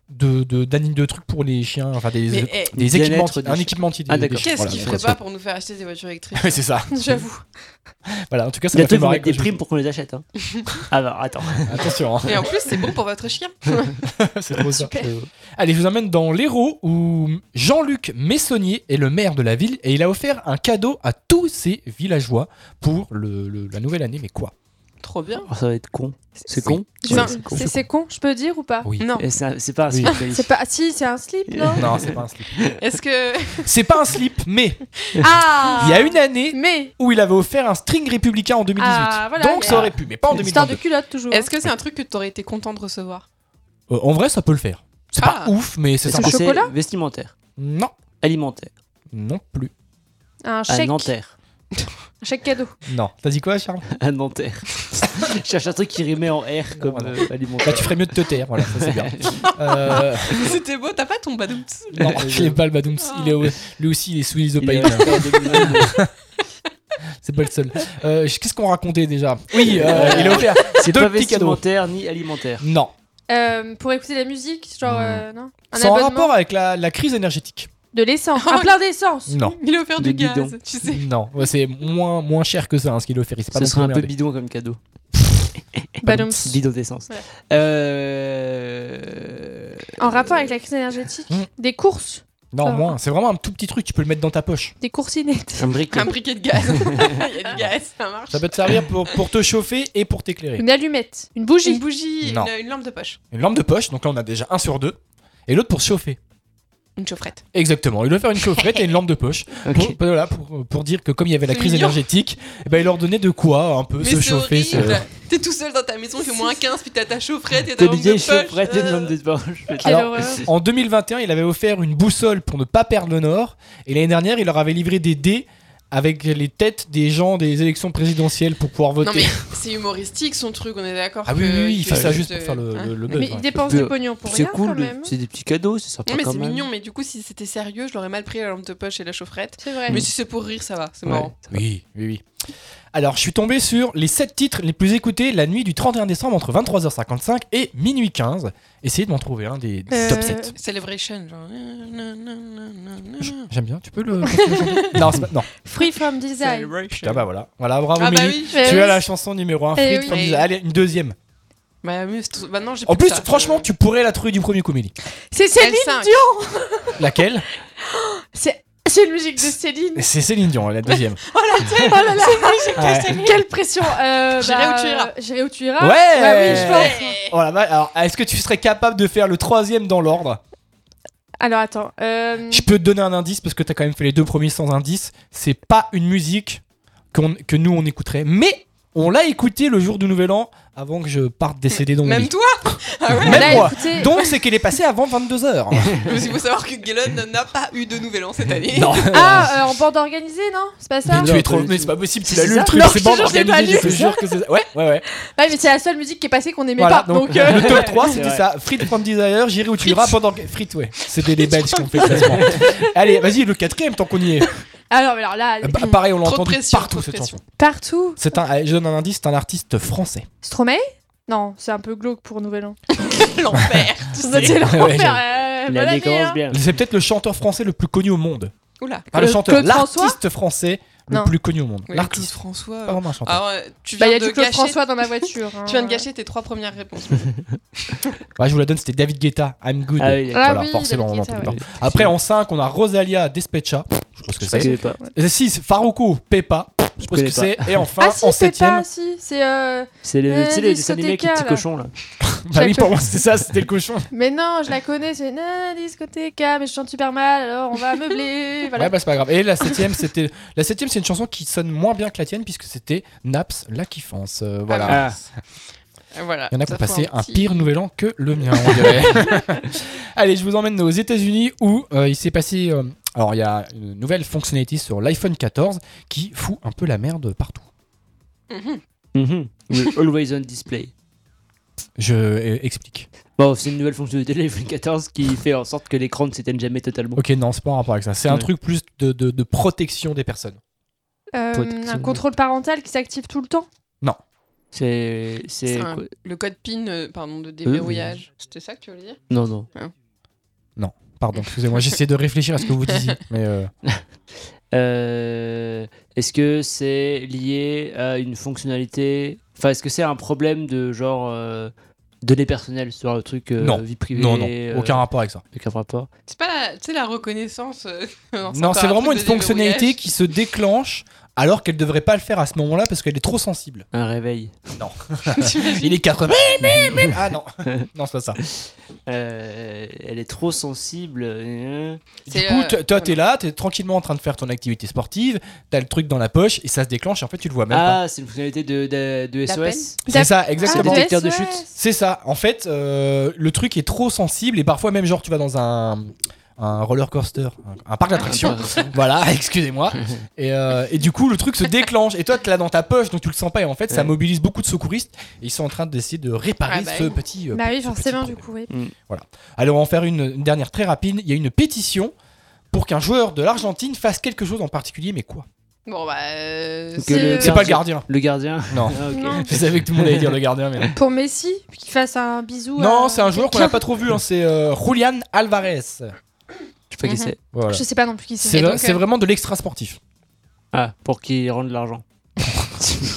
de, de, d'anime- de trucs pour les chiens, enfin des,
Mais eh,
des
Bien-être
équipements,
des
un
chiens.
équipementier.
Ah,
des- des
d'accord.
chiens,
qu'est-ce
voilà,
qu'il
je
ferait
pense.
pas pour nous faire acheter des voitures électriques
Oui, c'est ça.
J'avoue.
Voilà, en tout cas, ça m'a
Bientôt,
fait
ils vont
marrer.
mettre des
quand
primes pour qu'on les achète. Hein. Alors, attends.
j'ai- Attention, hein,
Et en plus, c'est bon pour votre chien.
c'est trop ça.
Super.
Allez, je vous amène dans l'Hérault où Jean-Luc Messonnier est le maire de la ville et il a offert un cadeau à tous ses villageois pour le- le- la nouvelle année. Mais quoi
Trop bien.
Oh, ça va être con. C'est
Oui.
con
Je-
Ouais,
c'est con.
C'est c'est con, je peux dire ou pas
Oui.
Non.
Et ça- C'est pas un
Oui.
spécialiste.
C'est pas. ah, si, c'est un slip, non
Non, c'est pas un slip.
Est-ce que.
C'est pas un slip, mais
Ah
il y a une année
Mais
où il avait offert un string républicain en 2018.
Ah, voilà,
Donc
mais-
ça aurait pu, mais pas en
Histoire de
2022.
culotte toujours.
Est-ce que c'est un truc que t'aurais été content de recevoir
Euh, en vrai, ça peut le faire. C'est
Ah.
pas ouf, mais c'est
Est-ce
sympa.
que c'est
Chocolat
vestimentaire,
Non,
alimentaire, Ah,
non plus.
hein. Un
à
chèque.
Nanterre.
Un chèque cadeau.
Non. T'as dit quoi, Charles
À Nanterre. Ah, Je cherche un truc qui rimait en R comme
Voilà.
euh,
Bah,
alimentaire.
tu ferais mieux de te taire, voilà, ça c'est bien. Euh,
C'était beau, t'as pas ton badouts
non, il est pas le Badooms, il est au- lui aussi il est sous
Il est
l'isopine.
resté en 2022.
C'est pas le seul. Euh, je- Qu'est-ce qu'on racontait déjà Oui, euh, il a offert.
C'est
Deux
pas
petits cadeaux.
vestimentaire ni alimentaire.
Non,
Euh, pour écouter la musique, genre, euh, non Un
c'est en
abonnement
rapport avec la, la crise énergétique.
De l'essence. Un plein d'essence.
Non,
Il a offert
Des
du gaz,
guidons.
tu sais.
non, Ouais, c'est moins moins cher que ça hein, ce qu'il a offert. Il s'est pas
Ce
non
serait un
plus
peu
emmerdé.
bidon comme cadeau.
Badum.
Bidon d'essence.
Ouais.
Euh...
En rapport avec la crise énergétique.
Mm.
Des courses.
Non,
Ah.
moins. C'est vraiment un tout petit truc. Tu peux le mettre dans ta poche.
Des coursinettes.
Un briquet.
Un briquet de gaz. Il y a du gaz, ça marche.
Ça peut te servir pour, pour te chauffer et pour t'éclairer.
Une allumette. Une bougie.
Une bougie, une,
Non.
une lampe de poche.
Une lampe de poche. Donc là, on a déjà un sur deux. Et l'autre pour se chauffer.
Une chaufferette.
Exactement. Il doit faire une chaufferette et une lampe de poche.
Ok.
Pour, voilà, pour, pour dire que comme il y avait la
C'est
crise
mignon.
énergétique, eh ben, il leur donnait de quoi un peu
Mais
se
c'est
chauffer. se-
horrible. T'es tout seul dans ta maison, il fait moins 15, puis t'as ta chaufferette et ta
T'as
lampe
une
de
vieille
poche.
chaufferette et une
Euh,
lampe de poche.
Quelle
Alors,
horreur.
En 2021, il avait offert une boussole pour ne pas perdre le nord. Et l'année dernière, il leur avait livré des dés avec les têtes des gens des élections présidentielles pour pouvoir voter.
Non mais c'est humoristique son truc, on est d'accord.
Ah oui,
que-
oui, oui, il
que-
fait ça
que-
juste pour faire le,
hein.
le- le buzz.
Mais il
ouais.
dépense du pognon pour
C'est
rien quand
cool,
même. hein.
c'est des petits cadeaux, c'est sympa
Non, mais
quand
c'est
même.
mignon, mais du coup, si c'était sérieux, je l'aurais mal pris la lampe de poche et la chaufferette.
C'est vrai.
Mais si c'est pour rire, ça va, c'est
Ouais.
marrant.
Oui, oui, oui. Alors, je suis tombé sur les 7 titres les plus écoutés la nuit du 31 décembre entre 23h55 et minuit 15. Essayez de m'en trouver un des, des
Euh,
top 7.
Celebration, genre. Celebration.
Ah. J'aime bien, tu peux le. non, c'est pas. Non.
Free from design.
Ah bah voilà. Voilà, bravo
Ah bah
Mélie.
oui.
Eh
Tu
oui.
as la chanson numéro 1, Fleet
Eh oui.
from
Eh
Design.
oui.
Allez, une deuxième.
Bah, mais c'est tout- bah non, j'ai
En
plus
plus,
ça.
franchement, tu pourrais la trouver du premier comédie.
C'est Céline
L5.
Dion.
Laquelle
C'est c'est une musique de Céline.
C'est Céline Dion, la deuxième.
Oh là là.
Ouais.
Quelle pression. Euh,
J'irai
bah,
où tu iras.
J'irai où tu iras.
Ouais.
Bah oui, je pense.
Ouais.
Oh la vache. Alors, est-ce que tu serais capable de faire le troisième dans l'ordre
Alors attends. euh,
Je peux te donner un indice parce que t'as quand même fait les deux premiers sans indice. C'est pas une musique qu'on- que nous on écouterait, mais on l'a écouté le jour du Nouvel An avant que je parte décédé dans mon
Même
lit.
toi Ah ouais
Même
là,
moi.
écoutez,
Donc c'est qu'elle est passée avant 22 h
Parce qu'il faut savoir que Gellon n'a pas eu de nouvel an cette année.
Non.
Ah, euh, en bande organisée, non C'est pas ça
Mais tu
Non,
es trop.
pas du
Mais
tout.
c'est pas possible. Tu
C'est
l'as lu
ça
le truc.
Non,
C'est
je
pas
te jure, je l'ai pas
organisé,
lu.
Je te jure que c'est. Ouais, ouais, ouais.
Ouais, mais c'est la seule musique qui est passée qu'on aimait
Voilà,
pas.
donc
Donc, euh,
le top 3 c'était
vrai.
ça Frites from Desire, J'irai où tu
Frites.
iras pendant. que- Frites, ouais. C'était les Belges qui ont fait le classement. Allez, vas-y, le quatrième tant qu'on y est.
alors, mais alors là,
Euh, bah, pareil, on l'a
Trop de
entendu
pression, trop
partout
de
cette
pression.
chanson.
partout.
C'est un, allez, je donne un indice, c'est un artiste français.
Stromae Non, c'est un peu glauque pour Nouvel An.
L'enfer, tu sais.
C'est l'enfer.
Ouais, j'avoue.
euh, bonne
L'année
année,
commence
hein.
bien.
C'est peut-être le chanteur français le plus connu au monde.
Oula.
Enfin, le
Euh,
chanteur,
Claude François
l'artiste français le
Non.
plus connu au monde.
Ouais, Claude
L'artiste,
François.
pas vraiment un chanteur.
Alors, euh, tu
Bah,
viens
il y a
de
du Claude
gâcher-
François dans ma voiture. hein.
Tu viens de gâcher tes trois premières réponses.
Ouais, je vous la donne, c'était David Guetta, I'm Good.
Ah oui,
Ah
Voilà,
oui,
forcément,
David
on
Guetta,
entend
ouais.
pas. Après, en 5, on a Rosalia Despecha. Je sais pas ce que
Je
c'est.
connais pas.
6, Faruko Pepa. Je sais pas ce
connais
que c'est. Et enfin,
Ah si,
en
c'est
7ème.
pas, si, c'est... euh,
C'est le,
Euh,
tu sais, les
les
dessins animés avec les
Sotéka,
petits
là.
cochons là.
Bah oui,
Jacob.
pour moi, c'était ça, c'était le cochon.
Mais non, je la connais, c'est une discothèque, mais je chante super mal, alors on va meubler, voilà.
Ouais, bah c'est pas grave. Et la septième, c'était. La septième, c'est une chanson qui sonne moins bien que la tienne, puisque c'était Naps, la kiffance. Euh, voilà.
Ah.
Et voilà.
Il y en a qui
Ça
ont
fait
passé un
petit-
pire nouvel an que le mien, on dirait. Allez, je vous emmène aux États-Unis où euh, il s'est passé. euh, alors, il y a une nouvelle fonctionnalité sur l'iPhone 14 qui fout un peu la merde partout.
Mhm.
Mhm. Le Always on Display.
Je euh, explique.
Bon, c'est une nouvelle fonctionnalité de l'iPhone 14 qui fait en sorte que l'écran ne s'éteigne jamais totalement.
Ok, non, c'est pas en rapport avec ça. C'est un
Ouais.
truc plus de, de- de protection des personnes.
Euh,
protection.
un contrôle parental qui s'active tout le temps.
C'est. C'est.
C'est un-
quoi
Euh,
Le code PIN, euh, pardon, de déverrouillage. C'était ça que tu voulais dire
Non, non.
Hein.
Pardon, excusez-moi, j'essaie de réfléchir à ce que vous disiez. Mais euh,
Euh, est-ce que c'est lié à une fonctionnalité Enfin, est-ce que c'est un problème de genre euh, données personnelles, sur le truc euh,
Non.
vie privée
non, non,
euh,
aucun rapport avec ça.
aucun rapport.
C'est pas la, tu sais, la reconnaissance. euh, encore
Non, c'est
un
vraiment une
truc de déverrouillage.
fonctionnalité qui se déclenche alors qu'elle devrait pas le faire à ce moment-là parce qu'elle est trop sensible.
Un réveil.
Il est 80. ah non, non, c'est pas ça.
Euh, elle est trop sensible. euh,
Du
C'est,
coup,
euh,
t- toi, t'es là, t'es tranquillement en train de faire ton activité sportive, t'as le truc dans la poche et ça se déclenche et en fait, tu le vois même pas.
Ah, c'est une fonctionnalité de, de, de
D'appel.
SOS.
C'est ça, exactement.
Ah, détecteur de
SOS.
chute.
C'est ça. En fait, euh, le truc est trop sensible et parfois même genre tu vas dans un un roller coaster, un, un parc d'attractions. voilà, excusez-moi. Et, euh, et du coup, le truc se déclenche. Et toi, t'es là dans ta poche, donc tu le sens pas. Et en fait, ça
Ouais.
mobilise beaucoup de secouristes. Et ils sont en train d'essayer de réparer
Ah bah
ce
oui.
petit. euh,
Bah oui,
ce
forcément,
petit
du
problème.
coup, oui.
Allez, on va en faire une, une dernière très rapide. Il y a une pétition pour qu'un joueur de l'Argentine fasse quelque chose en particulier, mais quoi
Bon, bah. euh,
Que
c'est-
le-
C'est pas le gardien.
Le gardien.
Non.
Ah, ok.
Non.
Je savais que tout le monde allait dire le gardien, mais.
Pour Messi, qu'il fasse un bisou. euh,
Non,
à-
c'est un joueur qu'on n'a pas trop vu. hein, C'est euh, Julian Alvarez.
Je sais pas qui
Mhm.
c'est.
Voilà.
Je sais pas non plus qui c'est.
C'est
Et
vra-
donc,
c'est
euh,
vraiment de l'extra sportif.
Ah, pour qu'il rende de l'argent.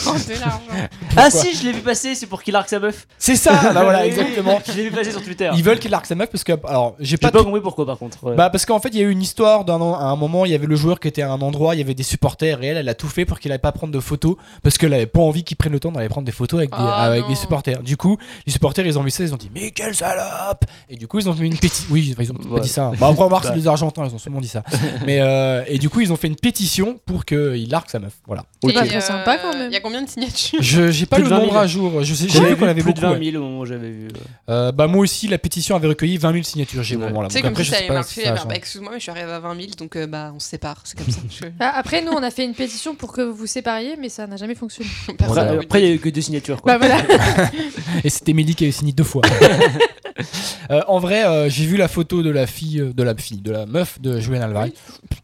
prendre de l'argent.
ah si, je l'ai vu passer, c'est pour qu'il arque sa meuf.
C'est ça, bah voilà,
Oui,
exactement.
Je l'ai vu passer sur Twitter.
Ils veulent qu'il arque sa meuf parce que alors j'ai
J'ai
pas,
pas
tout-
compris pourquoi par contre. ouais.
bah parce qu'en fait il y a eu une histoire d'un an- à un moment il y avait le joueur qui était à un endroit il y avait des supporters et elle elle a tout fait pour qu'il aille pas prendre de photos parce qu'elle avait pas envie qu'il prenne le temps d'aller prendre des photos avec des,
Ah,
avec
non.
des supporters du coup les supporters ils ont vu ça ils ont dit mais quelle salope et du coup ils ont fait une pétition oui ils ont peut-être pas
Ouais.
dit ça hein. bah après on va voir si
Ouais.
les argentins ils ont sûrement dit ça mais euh, et du coup ils ont fait une pétition pour qu'il arque sa meuf voilà
Ok.
Bah, très sympa, quand même.
Il euh, y a combien de signatures
je j'ai pas
Plus
le
de 20 000.
nombre à jour je sais j'ai
J'avais
vu
vu
qu'on avait
plus
beaucoup
de 20
ouais.
000 au moment où j'avais vu. ouais.
Euh, bah moi aussi la pétition avait recueilli 20 000 signatures j'ai au
Ouais.
moment là
Tu sais,
Ah, Donc
comme
après,
si
je
ça
sais
allait
pas si
marcher.
ça a
bah,
changé.
bah, excuse-moi, mais je suis arrivée à 20 000, donc euh, bah, on se sépare. C'est comme ça. Je-
Ah, Après, nous, on a fait une pétition pour que vous vous sépariez, mais ça n'a jamais fonctionné.
Ouais.
Après,
Ouais.
Personne n'a envie
après, il
de-
y a eu que deux signatures. Quoi.
Bah voilà.
Et c'était Mélie qui avait signé deux fois. Euh, en vrai, euh, j'ai vu la photo de la fille, euh, de la fille, de la meuf de Julien Alvarez.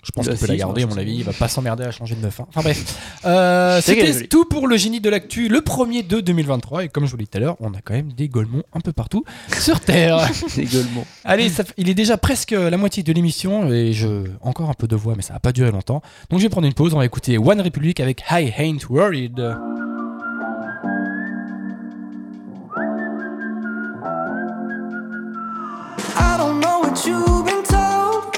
Je pense
La
qu'on peut la
fille,
garder, à
je
mon
pense.
avis. Il va pas s'emmerder à changer de meuf. hein. Enfin bref. Euh,
C'est qu'elle est
c'était
jolie.
tout pour le génie de l'actu, le premier de 2023. Et comme je vous l'ai dit tout à l'heure, on a quand même des golemons un peu partout sur Terre.
C'est gueulement.
Allez, ça fait- il est déjà presque la moitié de l'émission et je encore un peu de voix, mais ça va pas durer longtemps. Donc je vais prendre une pause. On va écouter One Republic avec I Ain't Worried.
I don't know what you've been told,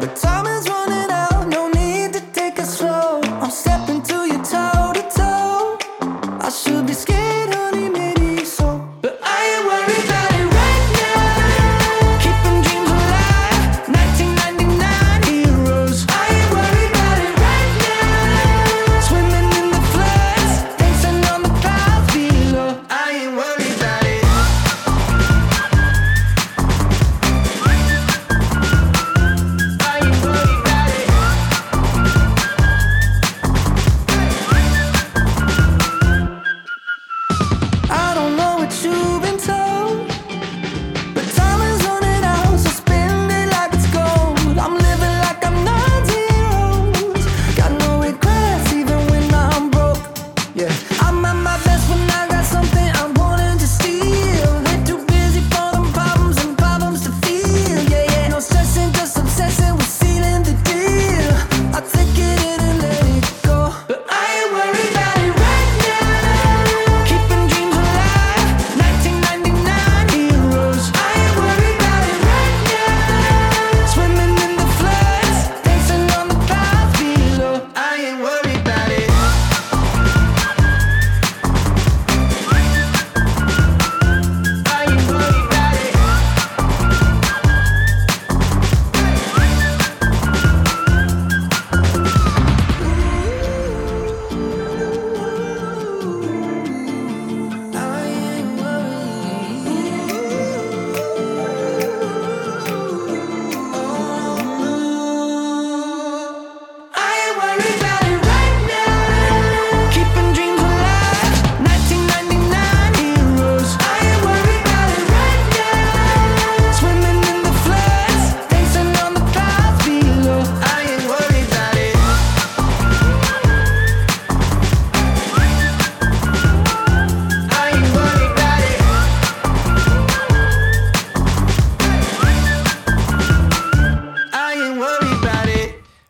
but time is running out. No need to take it slow. I'm stepping to you toe to toe. I should be scared, honey, maybe so, but I ain't worried about it right now. Keeping dreams alive, 1999 heroes. I ain't worried about it right now. Swimming in the flood,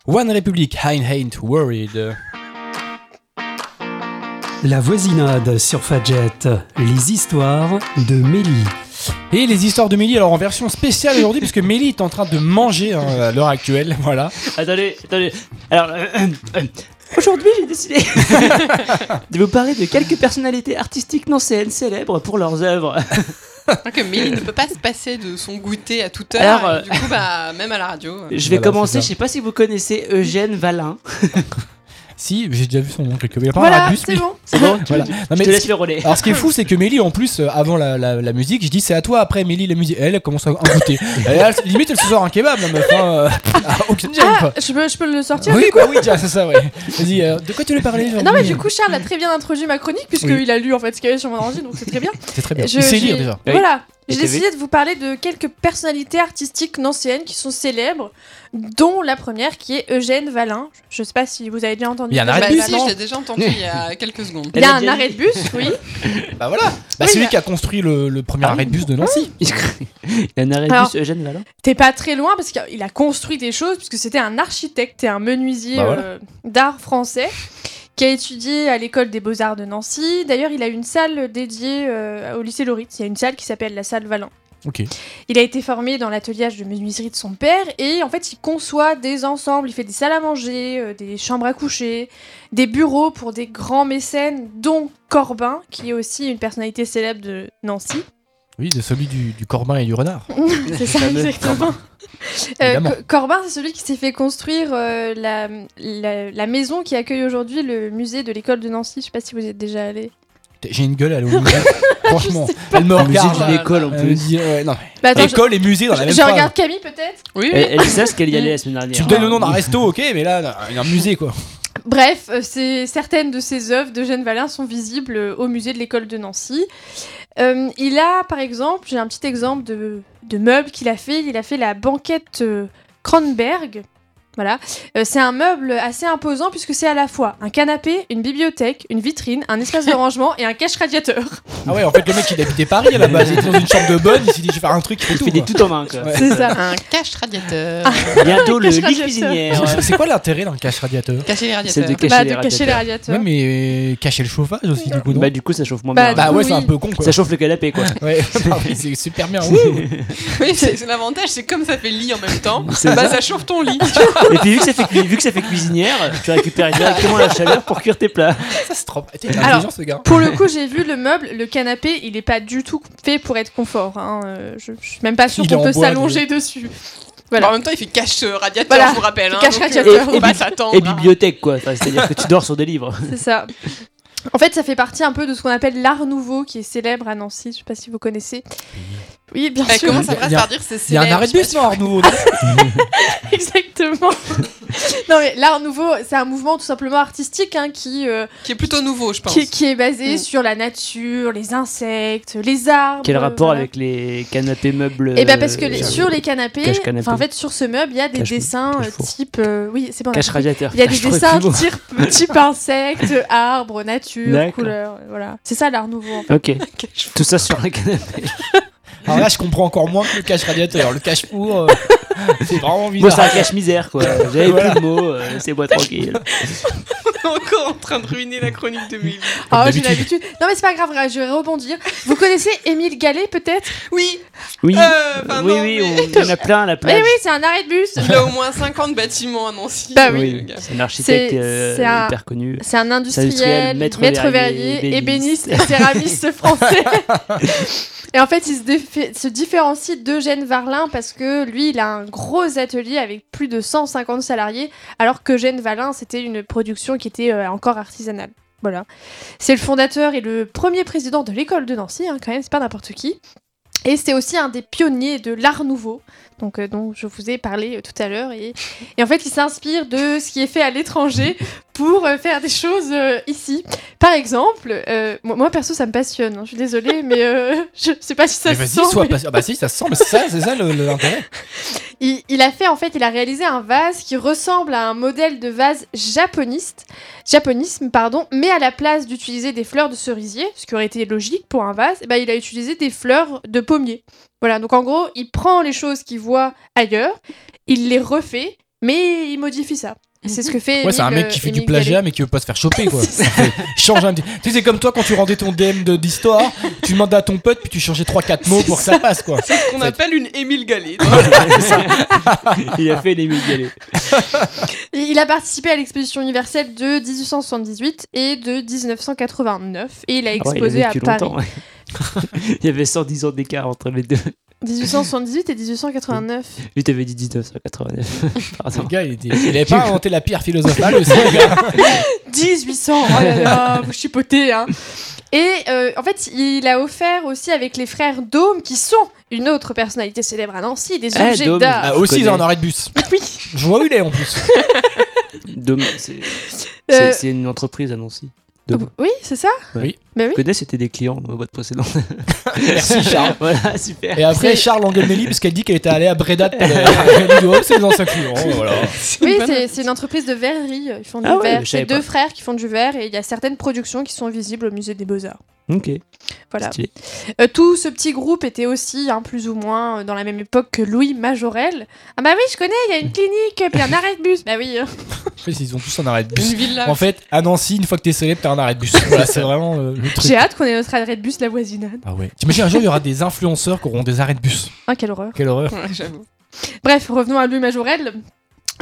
One Republic, I ain't worried.
La voisinade sur Fadjet, les histoires de Mélie.
Et les histoires de Mélie, alors en version spéciale aujourd'hui, puisque Mélie est en train de manger hein, à l'heure actuelle, voilà.
Attendez, attendez. Alors, euh, euh, euh, aujourd'hui, j'ai décidé de vous parler de quelques personnalités artistiques non CN célèbres pour leurs œuvres.
que Mélie ne peut pas se passer de son goûter à toute heure.
Alors, euh,
Du coup, bah, même à la radio. euh.
Je vais
Voilà, c'est
commencer,
ça.
je sais pas si vous connaissez Eugène Valin.
Si, j'ai déjà vu son nom quelque part. Il parle à
Voilà,
Bus,
c'est bon.
C'est bon tu-
Voilà.
tu-
Non,
Je
mais Ah.
te
ce
laisse
qui-
le relais.
Alors ce qui est fou, c'est que Mélie, en plus, euh, avant la, la- la musique, je dis c'est à toi après Mélie la musique. Elle commence à en goûter. Et elle, limite, elle se sort un kebab, la meuf. hein, euh, à aucune gêne,
Ah,
quoi.
je peux, je peux le sortir Ah,
Oui, quoi, oui, tiens, c'est ça, ouais. Vas-y, euh, de quoi tu veux parler aujourd'hui
Non mais du coup Charles a très bien introduit ma chronique puisqu'il
Oui.
a lu en fait ce qu'il y avait sur mon ordi donc c'est très bien.
C'est très bien.
Je-
Il sait
j'ai-
lire déjà.
Oui.
Voilà.
Et
J'ai
t'as vu
décidé de vous parler de quelques personnalités artistiques nancéennes qui sont célèbres, dont la première qui est Eugène Valin. Je sais pas si vous avez déjà entendu.
Il y a un
parler
arrêt
Bah,
de bus,
Valin.
si, je l'ai déjà entendu il y a quelques secondes.
Il y a
Elle a
un
déjà
arrêt de bus, oui.
Bah voilà. Bah,
Oui,
celui
mais-
qui a construit le, le premier
Ah oui.
arrêt de bus de Nancy.
Il y en a un arrêt de
Alors-
bus, Eugène Valin.
T'es pas très loin parce qu'il a construit des choses, puisque c'était un architecte et un menuisier
Bah voilà.
euh, d'art français qui a étudié à l'école des beaux-arts de Nancy. D'ailleurs, il a une salle dédiée euh, au lycée Loritz. Il y a une salle qui s'appelle la salle Valin.
Ok.
Il a été formé dans l'ateliage de menuiserie de son père et en fait il conçoit des ensembles, il fait des salles à manger, euh, des chambres à coucher, des bureaux pour des grands mécènes dont Corbin qui est aussi une personnalité célèbre de Nancy.
Oui, de celui du, du Corbin et du renard.
Ah c'est ça
fameux
exactement. Euh,
Évidemment.
Co- Corbin c'est celui qui s'est fait construire euh, la, la- la maison qui accueille aujourd'hui le musée de l'école de Nancy. Je sais pas si vous y êtes déjà allé.
J'ai une gueule à l'eau. Franchement, elle me
Le musée
regarde. euh,
d'une école en
Elle me
plus.
dit, ouais, non.
Bah, attends, je,
École et musée dans la même
je
phrase.
regarde Camille peut-être.
Oui,
Elle, elle dit ça parce qu'elle y allait la semaine dernière. Ah.
Tu me donnes le nom d'un resto, ok, mais là, non, il y a un musée quoi.
Bref, euh, c'est- certaines de ses œuvres de Jeanne Valin sont visibles euh, au musée de l'école de Nancy. Euh, il a, par exemple, j'ai un petit exemple de, de meuble qu'il a fait. Il a fait la banquette euh, Kronberg. Voilà. Euh, c'est un meuble assez imposant puisque c'est à la fois un canapé, une bibliothèque, une vitrine, un espace de rangement et un cache-radiateur.
Ah ouais, en fait, le mec il habitait Paris à la base, il était dans une chambre de bonne, il s'est dit je vais faire un truc, il
Il fait des tout en main quoi.
Ouais.
C'est ça.
un cache radiateur.
Ah,
Bientôt le
Cache
lit
radiateur.
cuisinière.
C'est quoi l'intérêt d'un cache radiateur
Cacher les
C'est
radiateurs.
de cacher
Bah,
les
de cacher les
radiateurs.
radiateurs.
Ouais, mais cacher le chauffage aussi, du coup, non
Bah du coup ça chauffe moins
Bah,
bien.
du
Bah ouais, c'est
Oui.
un peu con quoi.
Ça chauffe le canapé quoi.
Ouais, bah oui, c'est super bien. Ouh.
Oui, c'est c'est l'avantage, c'est comme ça fait lit en même temps, bah
C'est
ça.
ça.
chauffe ton lit.
Et puis vu que ça fait, cu- vu que ça fait cuisinière, tu récupères directement la chaleur pour cuire tes plats.
Ça se trompe. T'es intelligent ce gars.
Pour le coup, j'ai vu le meuble, le canapé, il est pas du tout fait pour être confort. hein. Euh, Je, je suis même pas sûre
Il est en
qu'on peut
bois,
s'allonger dessus.
Bah, en même temps, il fait cache euh, radiateur,
Voilà.
je vous rappelle. Hein,
Cache
donc, euh,
radiateur.
faut pas s'attendre.
Et
bah.
hein.
bibliothèque quoi. Enfin, C'est-à-dire que tu dors sur des livres.
C'est ça. En fait, ça fait partie un peu de ce qu'on appelle l'art nouveau qui est célèbre à Nancy. Je sais pas si vous connaissez. Oui, bien
Elle
sûr.
Eh, commence à
Il y a-
par dire c'est
Il y a
célèbre.
un arrêt de bus, non, Art Nouveau non
Exactement. non, mais l'art nouveau, c'est un mouvement tout simplement artistique hein, qui, euh,
Qui est plutôt nouveau, je pense.
qui, qui est basé
Mm.
sur la nature, les insectes, les arbres.
Quel rapport
bah, voilà.
avec les canapés meubles
Eh ben parce que les-
euh,
sur les canapés,
Cache-canapé.
enfin, en fait sur ce meuble, il y a des
Cache-
dessins euh,
cache-four.
type euh, oui, c'est bon. on a
Cache
compris.
radiateur.
Il y a des
Je trouvais
dessins
plus beau.
type, type insectes, arbres, nature,
D'accord.
couleurs, voilà. C'est ça l'art nouveau. En fait.
Ok. Tout ça sur un canapé.
Alors Ah là, je comprends encore moins que le cache radiateur. Le cache pour, euh, c'est vraiment
Moi,
bizarre.
c'est un cache-misère, quoi. J'avais
Voilà.
plus de mots, euh, laissez-moi tranquille.
est encore en train de ruiner la chronique de Mélie.
Ah, j'ai l'habitude. Non, mais c'est pas grave, je vais rebondir. Vous connaissez Émile Gallet, peut-être
Oui,
Oui,
Euh, enfin,
oui,
non,
oui,
mais-
on, il y en a plein à la
Oui,
plage.
Eh oui, c'est un arrêt de bus.
il a au moins 50 bâtiments à Nancy.
Bah
euh,
oui.
le gars.
C'est un architecte
C'est-
euh,
c'est un-
hyper connu.
C'est un industriel,
industriel,
maître,
maître
verrier,
verrier,
ébéniste et céramiste français. et en fait, il se, défé- se différencie d'Eugène Varlin parce que lui, il a un gros atelier avec plus de 150 salariés, alors qu'Eugène Varlin, c'était une production qui était euh, encore artisanale. Voilà. C'est le fondateur et le premier président de l'école de Nancy, hein, quand même, c'est pas n'importe qui. Et c'est aussi un des pionniers de l'art nouveau, donc, euh, dont je vous ai parlé euh, tout à l'heure. Et, et en fait, il s'inspire de ce qui est fait à l'étranger pour euh, faire des choses euh, ici. Par exemple, euh, moi, moi, perso, ça me passionne. hein, je suis désolée, mais euh, je sais pas si ça
Mais
se
vas-y,
sent.
sois
mais
patient. Ah Bah si, ça se sent, mais c'est ça, c'est ça le- le- l'intérêt.
Il, il a fait en fait, il a réalisé un vase qui ressemble à un modèle de vase japoniste, japonisme pardon, mais à la place d'utiliser des fleurs de cerisier, ce qui aurait été logique pour un vase, eh ben, il a utilisé des fleurs de pommier. Voilà, donc en gros, il prend les choses qu'il voit ailleurs, il les refait Mais il modifie ça. C'est ce que fait.
Ouais, c'est un
Émile,
mec qui
euh,
fait du
Émile Gallet.
plagiat mais qui veut pas se faire choper quoi.
C'est
Fait, Change un petit. Tu sais, c'est comme toi quand tu rendais ton DM de- d'histoire, tu demandais à ton pote puis tu changeais 3-4 mots pour que ça passe quoi.
C'est ce qu'on
Ça-
appelle une Émile Gallet.
Il a fait les mille galets.
Il il a participé à l'exposition universelle de 1878 et de 1989 et il a
Ah ouais,
exposé
il a
à
vécu
Paris.
longtemps. il y avait 110 ans d'écart entre les deux.
1878 et 1889.
Lui, t'avais dit 1989.
Le
Pardon.
gars, il, était... il avait pas inventé la pierre philosophale aussi, le gars.
1800, oh là là, vous chipotez, hein. Et euh, en fait, il a offert aussi avec les frères Dôme, qui sont une autre personnalité célèbre à Nancy, des
Ah,
objets
Dôme.
d'art.
Ah, aussi,
connais.
ils en arrêt de bus.
Oui.
Je vois où il est en plus.
Dom- c'est
Euh,
c'est- c'est une entreprise à Nancy. Dôme.
oui, c'est ça
Oui.
Mais
Je
oui.
connais, c'était des clients dans ma boîte précédente.
Merci Charles.
voilà, super.
Et après,
C'est-
Charles engueule Nelly parce qu'elle dit qu'elle était allée à Breda tout à l'heure. Elle lui dit, oh, c'est les anciens clients. Voilà.
Oui, c'est- c'est une entreprise de verrerie. Ils font du
Ah ouais,
verre.
je
C'est
savais
deux
pas.
frères qui font du verre et il y a certaines productions qui sont visibles au musée des Beaux-Arts.
Euh, Ok,
Voilà.
stylé.
Euh, tout ce petit groupe était aussi, hein, plus ou moins, euh, dans la même époque que Louis Majorel. Ah bah oui, je connais, il y a une clinique, puis un arrêt de bus. Bah oui. hein.
En fait, ils ont tous un arrêt de
Une
bus.
villa.
En fait, à Nancy, une fois que t'es célèbre, t'as un arrêt de bus. Voilà, c'est vraiment euh, le truc.
J'ai hâte qu'on ait notre arrêt de bus, la voisinade.
Ah ouais. T'imagines un jour, il y aura des influenceurs qui auront des arrêts de bus.
Ah, quelle horreur.
Quelle horreur.
Ouais, J'avoue.
Bref, revenons à Louis Majorel.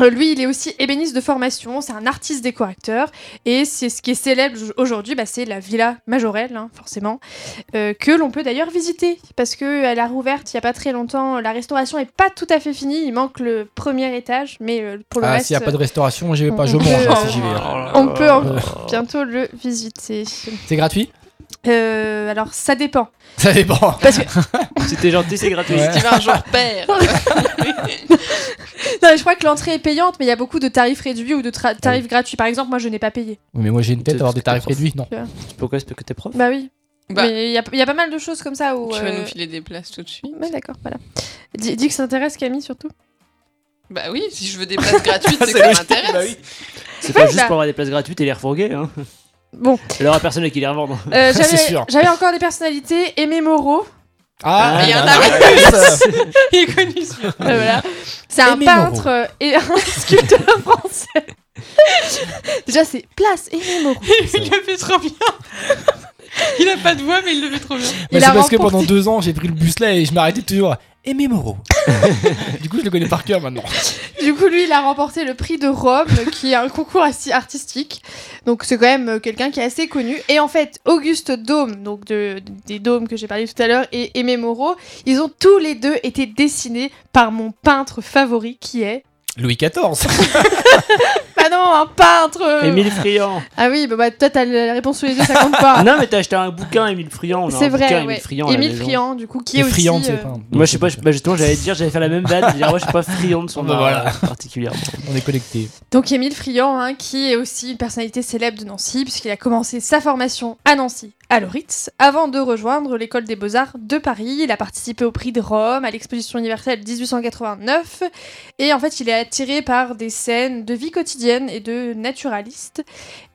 Euh, Lui, il est aussi ébéniste de formation, c'est un artiste décorateur, et c'est ce qui est célèbre aujourd'hui, bah, c'est la Villa Majorel, hein, forcément, euh, que l'on peut d'ailleurs visiter, parce qu'elle a rouverte il n'y a pas très longtemps, la restauration n'est pas tout à fait finie, il manque le premier étage, mais euh, pour le
Ah,
reste,
s'il n'y a pas de restauration, j'y vais pas, je
on
mange
peut,
hein,
euh,
si j'y vais. hein.
on peut en-
Oh.
bientôt le visiter.
C'est gratuit
Euh, alors, ça dépend.
Ça dépend.
Si t'es gentil, c'est gratuit.
Ouais.
Si tu vas un jour père.
Non, mais je crois que l'entrée est payante, mais il y a beaucoup de tarifs réduits ou de tra- tarifs gratuits. Par exemple, moi, je n'ai pas payé.
Oui, mais moi j'ai une tête d'avoir des tarifs réduits, non.
Pourquoi c'est parce que t'es prof
Bah oui.
Bah.
Mais il y a- il y, a pas mal de choses comme ça où.
Tu vas
euh,
nous filer des places tout de suite.
Ouais, d'accord, voilà. Dis, dis que ça intéresse Camille surtout.
Bah oui, si je veux des places gratuites, c'est que ça
Bah
m'intéresse.
Ah,
C'est pas
Ouais,
juste
bah.
pour avoir des places gratuites et les refourguer. Hein.
Bon,
Il y aura personne à qui les revendre.
euh,
C'est
j'avais
sûr.
j'avais encore des personnalités. Aimé Moreau,
Ah,
Ah,
il y en
un
a
arrêt de bus.
Il est connu celui-là.
euh, voilà. C'est un
Ah, Aimé
peintre
Moreau.
euh, et un sculpteur français. Déjà, c'est place Aimé Moreau.
Il le fait trop bien. Il a pas de voix, mais il le fait trop bien.
Mais Bah,
Il
c'est
a
parce que
remporté-
pendant deux ans j'ai pris le bus là et je m'arrêtais toujours. Aimé Moreau. du coup, je le connais par cœur maintenant.
Du coup, lui, il a remporté le prix de Rome, qui est un concours assez artistique. Donc, c'est quand même euh, quelqu'un qui est assez connu. Et en fait, Auguste Dôme, donc de- des Dômes que j'ai parlé tout à l'heure, et Aimé Moreau, ils ont tous les deux été dessinés par mon peintre favori, qui est.
Louis XIV.
Bah non, un peintre euh,
Émile Friand.
Ah oui, bah, bah, toi, t'as la réponse sous les yeux, ça compte pas.
Ah, Non, mais t'as acheté un bouquin, Émile Friand. on a
c'est
un bouquin,
vrai,
Émile
ouais.
Friand. à la
Émile
maison.
Friand, du coup, qui
Et
est aussi.
friande,
euh,
c'est pas.
Moi, je sais pas, je- bah, justement, j'allais te dire, j'allais faire la même vanne. dire, moi, je suis pas friand de son
Bah,
art
voilà.
euh, particulièrement.
On est connectés.
Donc Émile Friand, hein, qui est aussi une personnalité célèbre de Nancy, puisqu'il a commencé sa formation à Nancy, à Loritz, avant de rejoindre l'école des beaux-arts de Paris. Il a participé au prix de Rome, à l'exposition universelle 1889, et en fait il est attiré par des scènes de vie quotidienne et de naturaliste.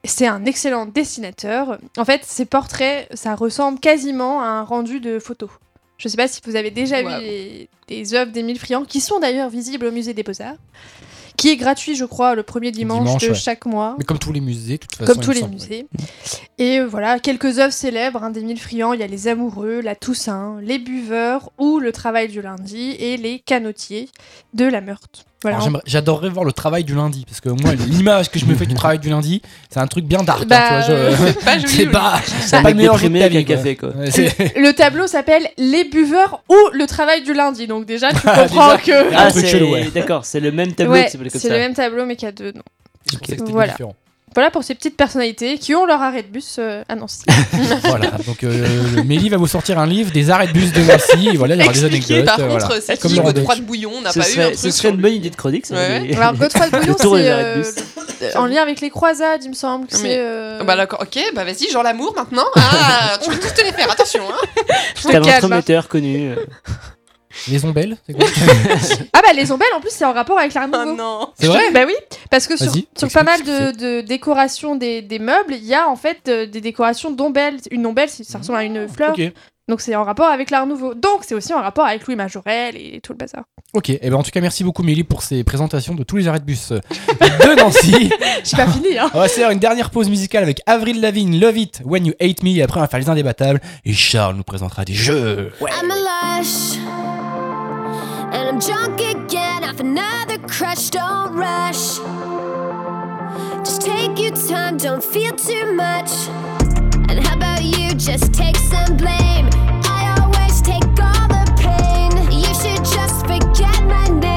C'est un excellent dessinateur. En fait, ses portraits, ça ressemble quasiment à un rendu de photo. Je sais pas si vous avez déjà
Waouh.
vu les, les œuvres d'Émile Friand, qui sont d'ailleurs visibles au musée des beaux-arts qui est gratuit, je crois, le premier dimanche,
Dimanche,
de
ouais.
chaque mois.
Mais comme tous les musées, de toute façon.
Comme
il
tous
me
les
semble, ouais.
musées. Et euh, voilà, quelques œuvres célèbres hein, d'Émile Friand. Il y a Les Amoureux, La Toussaint, Les Buveurs ou Le Travail du Lundi et Les Canotiers de la Meurthe. Voilà.
Alors, j'aimerais- J'adorerais voir le travail du lundi parce que moi l'image que je me fais du travail du lundi c'est un truc bien dark. hein,
Bah,
tu vois, je-
C'est pas joli.
C'est pas,
C'est un
pas
mec
le meilleur jeu de
déprimé
ta
avec un
vie. quoi.
café, quoi.
Ouais, c'est-
Le tableau s'appelle Les Buveurs ou Le Travail du Lundi. Donc déjà, tu comprends
Déjà.
que...
Ah,
Ah,
truc
c'est
chelou, ouais.
d'accord, c'est le même tableau
Ouais,
qui s'appelle comme
c'est
ça.
le même tableau mais qu'il y a deux noms.
je pensais que c'était
Voilà.
différent.
Voilà pour ces petites personnalités qui ont leur arrêt de bus euh, à Nancy.
Voilà, donc euh, Mélie va vous sortir un livre des arrêts de bus de Nancy, et voilà, il y aura des
Expliqué
anecdotes.
par
euh,
contre,
voilà.
c'est
Comme
qui
Laurent
Godefroy de
Deutsch.
Bouillon On n'a
Ce
pas eu un
serait,
truc
ce serait
sur
une
lui.
bonne idée de chronique, ça.
Ouais.
mais-
Alors Godefroy de Bouillon,
tour des
c'est
arrêts de
euh,
bus.
le- en lien avec les croisades, il me semble que
Mais-
c'est... euh,
Bah d'accord, ok, bah vas-y, Jean Lamour maintenant. Ah, tu veux tous te les faire, attention. Hein.
C'est un
calme, hein.
entremetteur connu. euh,
Les ombelles, c'est quoi
Ah bah les ombelles en plus c'est en rapport avec l'art nouveau.
Ah non.
C'est vrai
Bah oui, parce que sur,
Vas-y,
sur
explique
pas mal
ce que
de, de décorations des, des meubles, il y a en fait euh, des décorations d'ombelles. Une ombelle, c'est- ça ressemble à une fleur.
Ok.
Donc c'est en rapport avec l'art nouveau. Donc c'est aussi en rapport avec Louis Majorel et tout le bazar.
Ok, et ben en tout cas, merci beaucoup, Mélie, pour ces présentations de tous les arrêts de bus euh, de Nancy.
J'ai pas fini, hein.
On va se faire une dernière pause musicale avec Avril Lavigne, Love It, When You Hate Me, et après, on va faire les indébattables. Et Charles nous présentera des jeux.
I'm a lush, and I'm drunk again off another crush. Don't rush, just take your time, don't feel too much. And how about you just take some blame? I always take all the pain. You should just forget my name.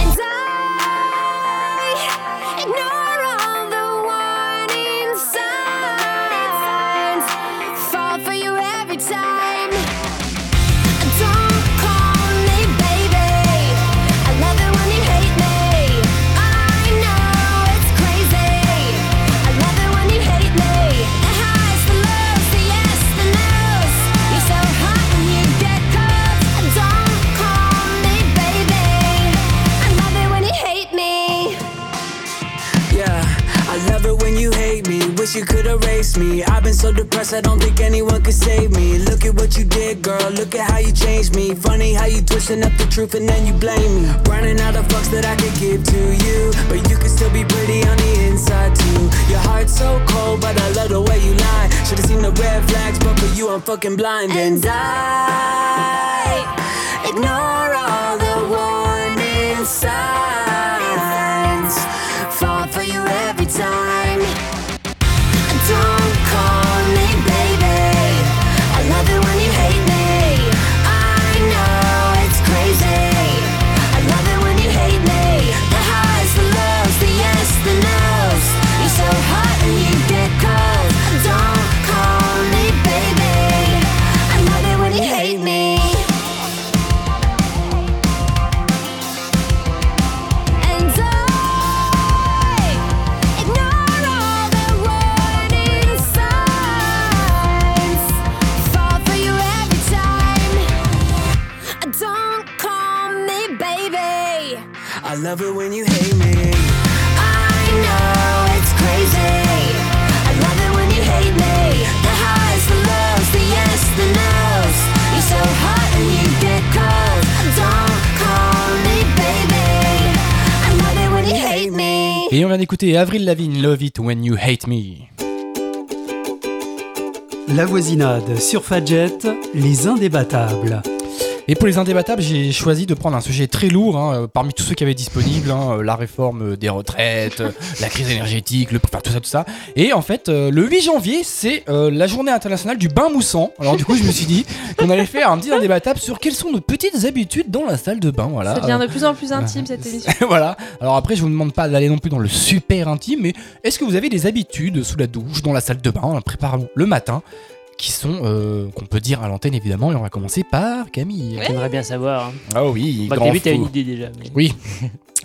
And I ignore all the warning signs. Fall for you every time. Don't call me baby. I love it when you hate me. I know it's crazy. I love it when you hate me. The highs, the lows, the yes, the no's. You're so hot when you get cold. Don't call me baby. I love it when you hate me.
Yeah, I love it when you hate me. Wish you could erase me. I've been so depressed, I don't think anyone could save me. Look at what you did, girl. Look at how you changed me. Funny how you twisting up the truth and then you blame me. Running out of fucks that I could give to you. But you can still be pretty on the inside, too. Your heart's so cold, but I love the way you lie. Should've seen the red flags, but for you, I'm fucking blind.
and I ignore all the warning signs. Fall for you every time. Don't call me baby. I love it when you hate me. I know it's crazy. I love it when you hate me. The highs, the lows, the yes, the no's. You're so hot and you get cold. Don't call me baby. I love it when you hate me. And I ignore all the warning signs. Fall for you every time. Uh, Don't call me baby.
I love it when you hate me.
I know it's crazy. I love it when you hate me. The highs, the lows, the yes, the no's. You're so hot and you get cold. Don't call me baby. I love it when you hate me.
Et on vient d'écouter Avril Lavigne, Love It, When You Hate Me.
La voisinade sur Fadjet, les indébattables.
Et pour les indébattables, j'ai choisi de prendre un sujet très lourd hein, euh, parmi tous ceux qui avaient disponible hein, euh, la réforme euh, des retraites, euh, la crise énergétique, le enfin, tout ça, tout ça. Et en fait, euh, le 8 janvier, c'est euh, la journée internationale du bain moussant. Alors du coup, je me suis dit qu'on allait faire un petit indébattable sur quelles sont nos petites habitudes dans la salle de bain. Voilà.
Ça devient de plus en plus intime cette émission.
voilà. Alors après, je vous demande pas d'aller non plus dans le super intime, mais est-ce que vous avez des habitudes sous la douche, dans la salle de bain, en la préparant le matin, qui sont euh, qu'on peut dire à l'antenne évidemment Et on va commencer par Camille.
J'aimerais bien savoir. hein.
Ah oui,
Bah,
grand
David, t'as
fou.
une idée déjà. mais-
Oui.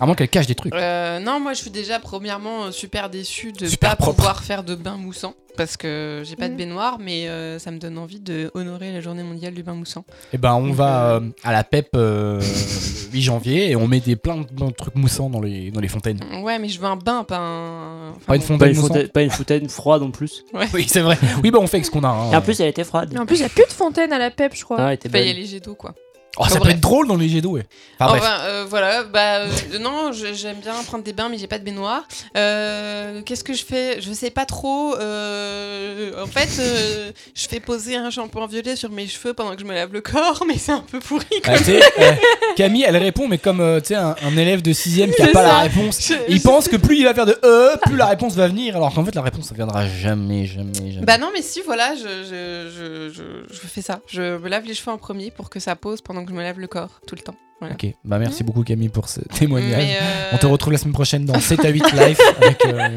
À moins qu'elle cache des trucs.
Euh, non, moi je suis déjà premièrement euh, super déçue de
Super
pas
propre. Mm.
pouvoir faire de bain moussant parce que j'ai pas de
Mhm.
baignoire, mais euh, ça me donne envie de honorer la journée mondiale du bain moussant.
Et ben on va euh, à la PEP euh, le 8 janvier et on met des plein de, plein de trucs moussants dans les, dans les fontaines.
Ouais, mais je veux un bain, pas un. enfin,
Pas une
bon.
fontaine,
Pas une,
moussante.
fontaine, pas une fontaine froide en plus.
Oui, c'est vrai. Oui, bah on fait avec ce qu'on a. hein.
Et en plus, elle était froide.
Mais en plus, il a plus de fontaine à la PEP, je crois.
Ah, elle était
Enfin, il y a
bonne.
les jets d'eau quoi.
Oh, ça
en
peut
bref.
être drôle dans les jets d'eau. ouais. Enfin, Ah, bref.
Enfin, euh, voilà, bah euh, non, je- j'aime bien prendre des bains, mais j'ai pas de baignoire. Euh, Qu'est-ce que je fais Je sais pas trop. euh, en fait, euh, je fais poser un shampoing violet sur mes cheveux pendant que je me lave le corps, mais c'est un peu pourri. Quoi.
Ah, tu sais, euh, Camille, elle répond, mais comme euh, tu sais, un, un élève de 6ème qui a
C'est
pas la
ça.
réponse,
Je-
il
je-
pense que plus il va faire de E, plus la réponse va venir, alors qu'en fait la réponse ne viendra jamais, jamais, jamais.
Bah non, mais si, voilà, je, je, je, je, je fais ça. Je me lave les cheveux en premier pour que ça pose pendant que je me lave le corps, tout le temps. Voilà.
ok, bah merci beaucoup Camille pour ce témoignage.
Mais, euh,
On te retrouve la semaine prochaine dans 7 à 8 live avec euh,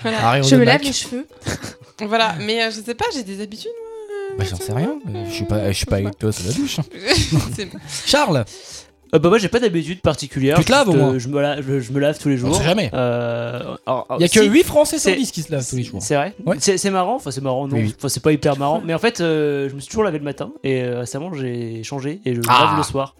Voilà.
Harry
Je me
Rodenac.
lave les cheveux.
Voilà, mais euh, je sais pas, j'ai des habitudes. moi,
Ah. Bah j'en sais rien, euh, je suis pas, je suis pas avec toi sous la douche.
C'est-
Charles
Euh, bah, moi, j'ai pas d'habitude particulière.
Tu te laves, au
Juste, euh,
moins
je me, lave, je, je me lave tous les jours.
sait jamais.
Euh, alors,
Il y a
si,
que 8 Français sur
c'est-
10 qui se lavent tous les jours.
C'est vrai
Ouais.
C'est c'est marrant, enfin c'est marrant, non,
Oui, oui.
Enfin, c'est pas hyper marrant, mais en fait euh, je me suis toujours lavé le matin et euh, récemment j'ai changé et je me
Ah.
lave le soir.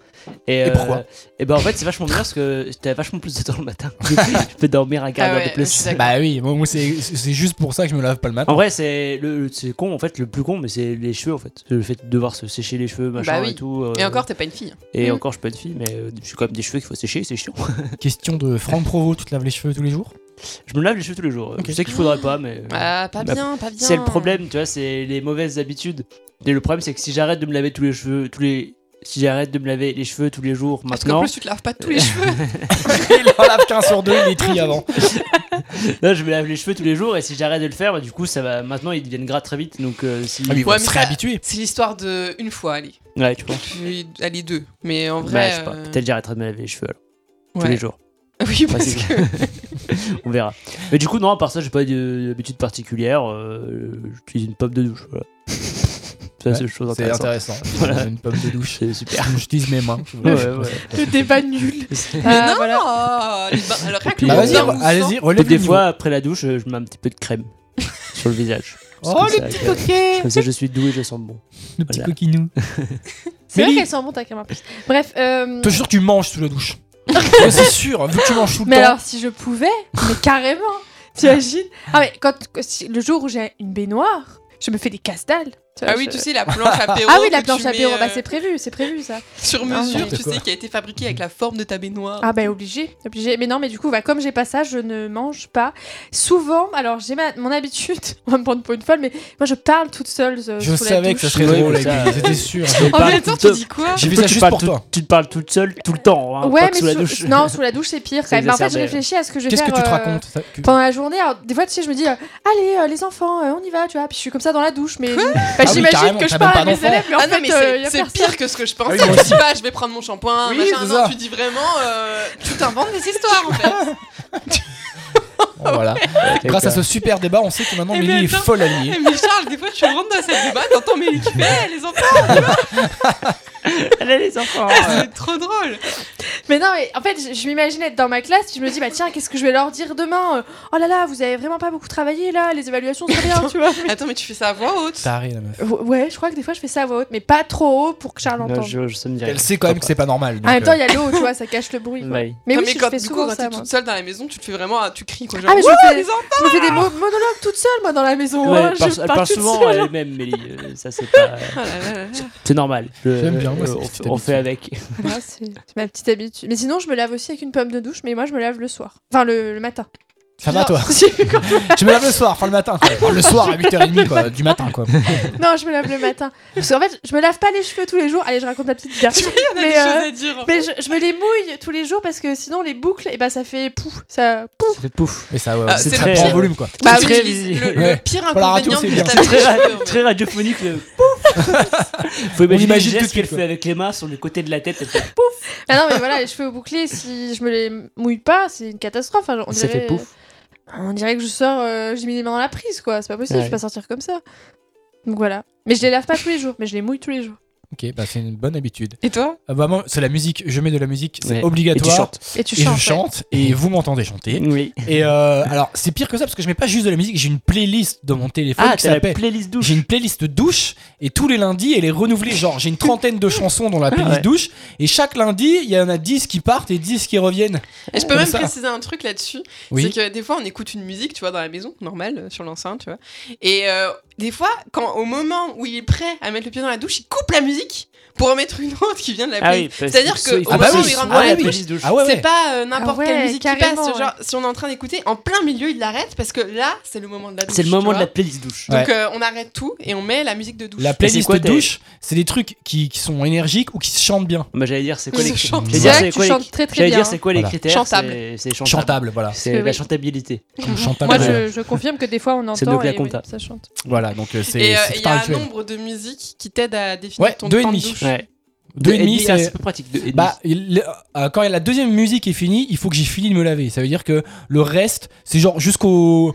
Et,
pourquoi
Et ben en fait, c'est vachement bien parce que t'as vachement plus de temps le matin. je peux dormir à quart
Ah
d'heure
ouais,
de
je suis
plus.
d'accord.
Bah oui, moi moi, c'est c'est juste pour ça que je me lave pas le matin.
En vrai, c'est le, le- c'est con en fait, le plus con, mais c'est les cheveux en fait. Le fait de devoir se sécher les cheveux, machin
Bah oui.
et tout. euh,
Et encore, Hmm. t'es pas une fille. hein.
Et
Mm.
encore, je suis pas une fille, mais euh, je suis quand même des cheveux qu'il faut sécher, c'est chiant.
Question de Franck Provo, tu te laves les cheveux tous les jours
je me lave les cheveux tous les jours.
Ok.
Je sais qu'il faudrait pas, mais.
Ah, pas
Bah,
bien, pas bien.
C'est le problème, tu vois, c'est les mauvaises habitudes. Et le problème, c'est que si j'arrête de me laver tous les cheveux, tous les. Si j'arrête de me laver les cheveux tous les jours
Parce
maintenant,
qu'en plus, tu te laves pas tous les cheveux.
Il en lave qu'un sur deux, il les trie avant.
là je me lave les cheveux tous les jours et si j'arrête de le faire, bah, du coup ça va. Maintenant ils deviennent gras très vite, donc euh, si.
Ah oui, il va
Ouais, mais
se
ça-
réhabituer.
C'est l'histoire de une fois, allez.
Ouais, tu vois.
Allez, deux. Mais en
Bah,
vrai.
je sais pas.
euh,
Peut-être j'arrêterai de me laver les cheveux alors, tous
ouais.
les jours.
Oui, parce
Parce
que.
On verra. Mais du coup, non, à part ça, j'ai pas de- d'habitude particulière. euh, J'utilise une pomme de douche. Voilà. Ça, c'est une chose
C'est
intéressante.
intéressant.
Voilà.
Une pomme de douche.
C'est super.
J'utilise mes mains.
Ouais, ouais.
Bah,
Le débat nul.
Mais
Ah,
non
voilà.
les bains- Alors, rien que
puis,
le
Bah
euh,
vas-y,
bain
re-
moussant-
allez-y,
Et
relève
des
le
fois, après la douche, euh, je mets un petit peu de crème sur le visage. Parce
Oh,
que
le
ça,
petit
crème.
coquet
Comme ça, je suis doux et je sens bon.
Le petit
Voilà.
coquinou.
C'est vrai
Mélie.
qu'elle sent bon ta crème à plus. Bref, euh,
T'es sûr que tu manges sous la douche Ouais, C'est sûr, vu que tu manges tout le
mais
temps.
alors si je pouvais, mais carrément, t'imagines Ah mais quand si- le jour où j'ai une baignoire, je me fais des casse-dalles. tu vois,
Ah oui,
je-
tu sais, la planche apéro.
Ah oui, la
que tu
planche apéro,
mets,
bah
euh,
c'est prévu, c'est prévu ça.
Sur
Non,
mesure,
mais-
tu sais, qui a été fabriquée avec la forme de ta baignoire.
Ah bah obligé, obligé. Mais non, mais du coup, bah, comme j'ai pas ça, je ne mange pas. Souvent, alors j'ai ma- mon habitude, on va me prendre pour une folle, mais moi je parle toute seule. euh,
Je
sous la
savais que
douche.
ça serait
Ouais,
drôle
mais ça-
avec lui, c'était sûr.
En
parle
même temps,
tout
tu
le-
dis quoi
J'ai vu
Toi,
ça
tu
juste
parles
pour
tout-
toi.
Tu te parles toute seule, tout le temps. hein,
Ouais,
pas que
mais
sous la
sous-
douche.
non, sous la douche c'est pire.
C'est
Quand même. Bah, en fait, je
exacerbé.
réfléchis à ce que je vais
Qu'est-ce
faire.
que tu te
euh,
racontes ça, que-
pendant la journée. Alors, des fois, tu sais, je me dis, euh, allez, euh, les enfants, euh, on y va, tu vois. Puis je suis comme ça dans la douche, mais Bah, j'imagine
carrément,
que je
t'as même
parle
pas
à mes
d'enfant.
élèves, mais en
Ah non,
fait,
mais
euh, y
c'est
a
c'est
personne.
pire que ce que je
Ah
pensais.
oui, moi
tu
aussi.
dis pas, je vais prendre mon shampoing,
Oui,
machin.
c'est
Non,
ça.
tu dis vraiment, euh, tu t'inventes des histoires en fait.
Oh, voilà. Grâce à ce super débat, on sait que maintenant
Eh
Mélie
ben,
est
attends.
folle alliée.
Eh, mais Charles, des fois, tu rentres dans cette débat, t'entends mais qui fait eh, les enfants,
Allez, les enfants.
c'est trop drôle.
Mais non, mais en fait, je, je m'imagine être dans ma classe, puis je me dis, bah tiens, qu'est-ce que je vais leur dire demain Euh, Oh là là, vous avez vraiment pas beaucoup travaillé là, les évaluations sont bien, tu vois.
Attends, mais tu fais ça à voix haute.
Tarée, la meuf.
Ou- Ouais, je crois que des fois, je fais ça à voix haute, mais pas trop haut pour que Charles
Non,
entende.
je, je- ça me dit
Elle
rien.
sait quand même que c'est pas normal.
En même
donc,
temps,
euh,
il y a l'eau, tu vois, ça cache le bruit. quoi.
Ouais.
Mais
Non,
oui, je
Ah, quand,
fais
du coup,
souvent
quand
ça,
t'es
moi.
toute seule dans la maison, tu te fais vraiment, ah, tu cries quoi. Genre,
Ah, mais je
Wouh,
fais-
les enfants
Je me fais des mo- monologues toute seule, moi, dans la maison.
Ouais,
hein,
elle parle-
je
elle
parle
parle
toute
souvent
seule.
à elle-même, Mélie. euh, ça, c'est pas.
Ah là là là là.
C'est normal. Je-
J'aime bien, moi, cette
on-
petite
on fait avec.
Moi, c'est Ah, c'est ma petite habitude. Mais sinon, je me lave aussi avec une pomme de douche, mais moi, je me lave le soir. Enfin, le, le matin.
Ça va,
Ah.
toi
non,
Tu me laves le soir, enfin le matin. quoi. Enfin, Le soir à 8h30, quoi. Du matin, quoi.
je me lave le matin. Parce qu'en fait, je me lave pas les cheveux tous les jours. Allez, je raconte ma petite histoire.
Tu vois, il y en a
Mais,
des
euh,
choses à dire.
Mais je, je me les mouille tous les jours parce que sinon, les boucles, et ben, ça fait pouf. Ça... pouf.
Ça fait pouf.
Mais ça, ouais,
Ah,
c'est
c'est
très
le
bon en
pire.
volume, quoi.
Bah,
Tu
très
utilises
visible.
le, le
Ouais.
pire
Pour la radio,
inconvénient
c'est
de
bien.
ta
C'est
Très, ra-
cheveux,
très radiophonique. Le... Pouf. Faut imaginer
imagine
le
tout de suite,
geste qu'elle
quoi.
fait avec les mains sur le côté de la tête. elle fait
Ah non, mais voilà, les cheveux bouclés, si je me les mouille pas, c'est une catastrophe. hein. On
Ça
dirait...
fait
euh,
pouf.
On dirait que je sors, euh, j'ai mis les mains dans la prise, quoi. C'est pas possible,
Ouais.
je vais pas sortir comme ça. Donc voilà. Mais je les lave pas tous les jours, mais je les mouille tous les jours.
Ok, bah c'est une bonne habitude.
Et toi
Ah, bah, moi, c'est la musique. Je mets de la musique, c'est
Ouais. Et tu
obligatoire.
chantes.
Et tu
Et
chantes.
je
ouais.
chante, et vous m'entendez chanter.
Oui.
Et euh, alors, c'est pire que ça parce que je mets pas juste de la musique, j'ai une playlist dans mon téléphone
Ah,
qui
t'as la
s'appelle.
playlist douche.
J'ai une playlist douche et tous les lundis elle est renouvelée. Genre, j'ai une trentaine de chansons dans la playlist
ouais.
douche et chaque lundi il y en a 10 qui partent et 10 qui reviennent.
Et je peux
Comme
même
ça.
préciser un truc là-dessus. C'est
Oui,
que des fois, on écoute une musique, tu vois, dans la maison, normale, euh, sur l'enceinte, tu vois. Et euh, des fois, quand au moment où il est prêt à mettre le pied dans la douche, il coupe la musique pour en mettre une autre qui vient de la
Ah
playlist.
oui, parce
C'est-à-dire
qu'il
que
faut-
au moment où
il
il
rentre
rentre
dans
dans la
la
douche,
playlist douche.
ah ouais,
c'est
ouais.
pas euh, n'importe
Ah ouais,
quelle musique qui passe.
carrément,
Genre, si on est en train d'écouter, en plein milieu, il l'arrête parce que là, c'est le moment de la douche.
C'est le
tu
moment de
vois.
la playlist douche.
Ouais.
Donc, euh, on arrête tout et on met la musique de douche.
La
Et c'est
playlist
quoi tes-
douche, c'est des trucs qui, qui sont énergiques ou qui se chantent bien.
Bah, j'allais dire, c'est quoi
Je
les
chante.
critères
C'est
Voilà.
vrai que tu chantes très très
J'allais
bien. hein.
dire, c'est quoi les
Voilà.
critères
Chantable.
C'est- C'est chantable.
Chantable, voilà.
C'est la
Oui.
chantabilité.
Comme chantable.
Moi, je, je confirme que des fois, on entend
C'est mieux que la
et oui,
compta.
ça chante.
Voilà, donc euh, c'est
Et euh,
c'est
il y
tout un
a un
rituel.
nombre de musiques qui t'aident à définir
Ouais,
ton
deux et
temps de
demi.
douche.
Ouais.
Deux et demi,
c'est
c'est-
assez peu pratique. Deux et demi.
Bah, il- euh, quand la deuxième musique est finie, il faut que j'ai fini de me laver. Ça veut dire que le reste, c'est genre jusqu'au.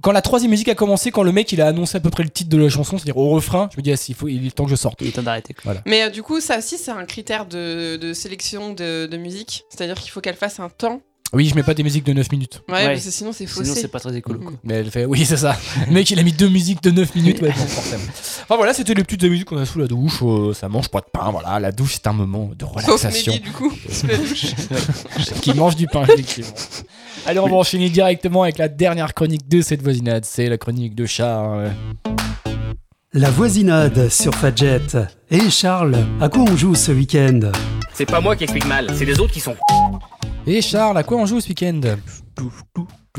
Quand la troisième musique a commencé, quand le mec il a annoncé à peu près le titre de la chanson, c'est-à-dire au refrain, je me dis, ah, si, il, faut, il est temps que je sorte.
Il est temps d'arrêter. quoi.
Mais euh, du coup, ça aussi, c'est un critère de, de sélection de, de musique. C'est-à-dire qu'il faut qu'elle fasse un temps
Oui, je mets pas des musiques de 9 minutes.
Ouais,
Ouais.
parce que sinon c'est
Sinon,
faussé.
c'est pas très écolo. quoi.
Mais elle fait, oui, c'est ça. Le mec, il a mis deux musiques de 9 minutes, ouais, bon, forcément. Enfin voilà, c'était les petites musiques qu'on a sous la douche. euh, ça mange pas de pain, voilà. La douche, c'est un moment de
Sauf
relaxation.
Mehdi, du coup, sous la douche.
qui mange du pain, effectivement. Allez, on va enchaîner directement avec la dernière chronique de cette voisinade. C'est la chronique de chat. hein.
La voisinade sur Fadjet. Et Charles, à quoi on joue ce week-end
C'est pas moi qui explique mal, c'est les autres qui sont.
Et Charles, à quoi on joue ce week-end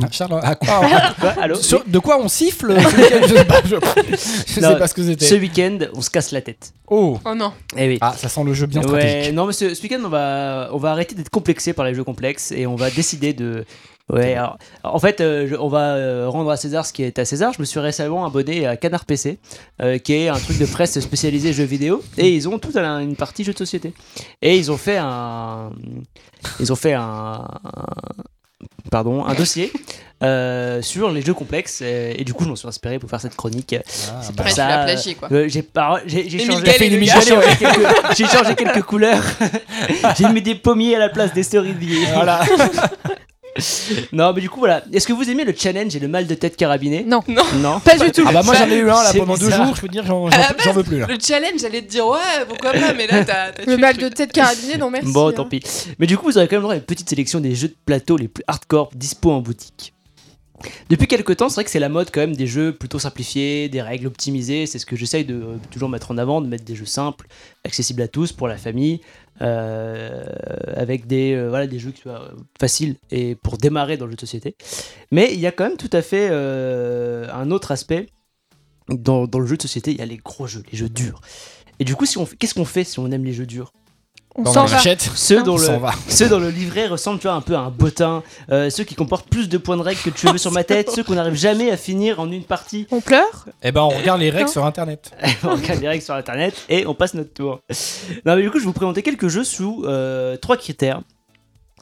Ah, Charles, à quoi
Quoi Allô
Sur- De quoi on siffle ce week-end Je sais pas, je- je sais
Non,
pas ce que
Ce
c'était.
week-end, on se casse la tête.
Oh
Oh non.
Eh oui.
Ah, ça sent le jeu bien
ouais,
stratégique.
non, mais ce, ce week-end, on va, on va arrêter d'être complexé par les jeux complexes et on va décider de. Ouais, alors, en fait, euh, je- on va euh, rendre à César ce qui est à César. Je me suis récemment abonné à Canard PC, euh, qui est un truc de presse spécialisé jeux vidéo, et ils ont toute un- une partie jeux de société. Et ils ont fait un, ils ont fait un, pardon, un dossier euh, sur les jeux complexes. Et, et du coup, je m'en suis inspiré pour faire cette chronique.
Ah, bah,
C'est pas
Ouais, tu
ça,
l'as plagié, quoi.
Euh, j'ai pas- j'ai- j'ai
Émile
changé-
Gall et
j'ai
le
changé
gars.
quelques- j'ai changé quelques couleurs. j'ai mis des pommiers à la place des cerisiers.
Voilà.
Non, mais du coup, voilà. Est-ce que vous aimez le challenge et le mal de tête carabiné
Non.
Non.
Non.
Pas du tout.
Ah bah moi j'en ai eu un là
C'est
pendant deux
bizarre. Ah, bah,
jours, je peux te dire, j'en
À la
j'en-
base,
j'en veux plus là.
Le challenge, j'allais te dire, ouais, pourquoi pas, mais là, t'as. t'as tué
Le mal de
truc.
tête carabinée, non merci.
Bon,
hein.
tant pis. Mais du coup, vous aurez quand même droit à une petite sélection des jeux de plateau les plus hardcore dispo en boutique. Depuis quelques temps, c'est vrai que c'est la mode quand même des jeux plutôt simplifiés, des règles optimisées. C'est ce que j'essaye de euh, toujours mettre en avant, de mettre des jeux simples, accessibles à tous, pour la famille, euh, avec des, euh, voilà, des jeux qui soient euh, faciles et pour démarrer dans le jeu de société. Mais il y a quand même tout à fait euh, un autre aspect. Dans, dans le jeu de société, il y a les gros jeux, les jeux durs. Et du coup, si on fait- qu'est-ce qu'on fait si on aime les jeux durs
On
Dans
s'en
les
va.
machettes,
Ceux dont
on
le,
s'en va.
ceux dont le livret ressemble tu vois, un peu à un bottin, euh, ceux qui comportent plus de points de règle que tu veux sur ma tête, ceux qu'on n'arrive jamais à finir en une partie.
On pleure
Eh ben on regarde les règles
Non.
sur internet.
on regarde les règles sur internet et on passe notre tour. Non, mais du coup, je vais vous présenter quelques jeux sous euh, trois critères.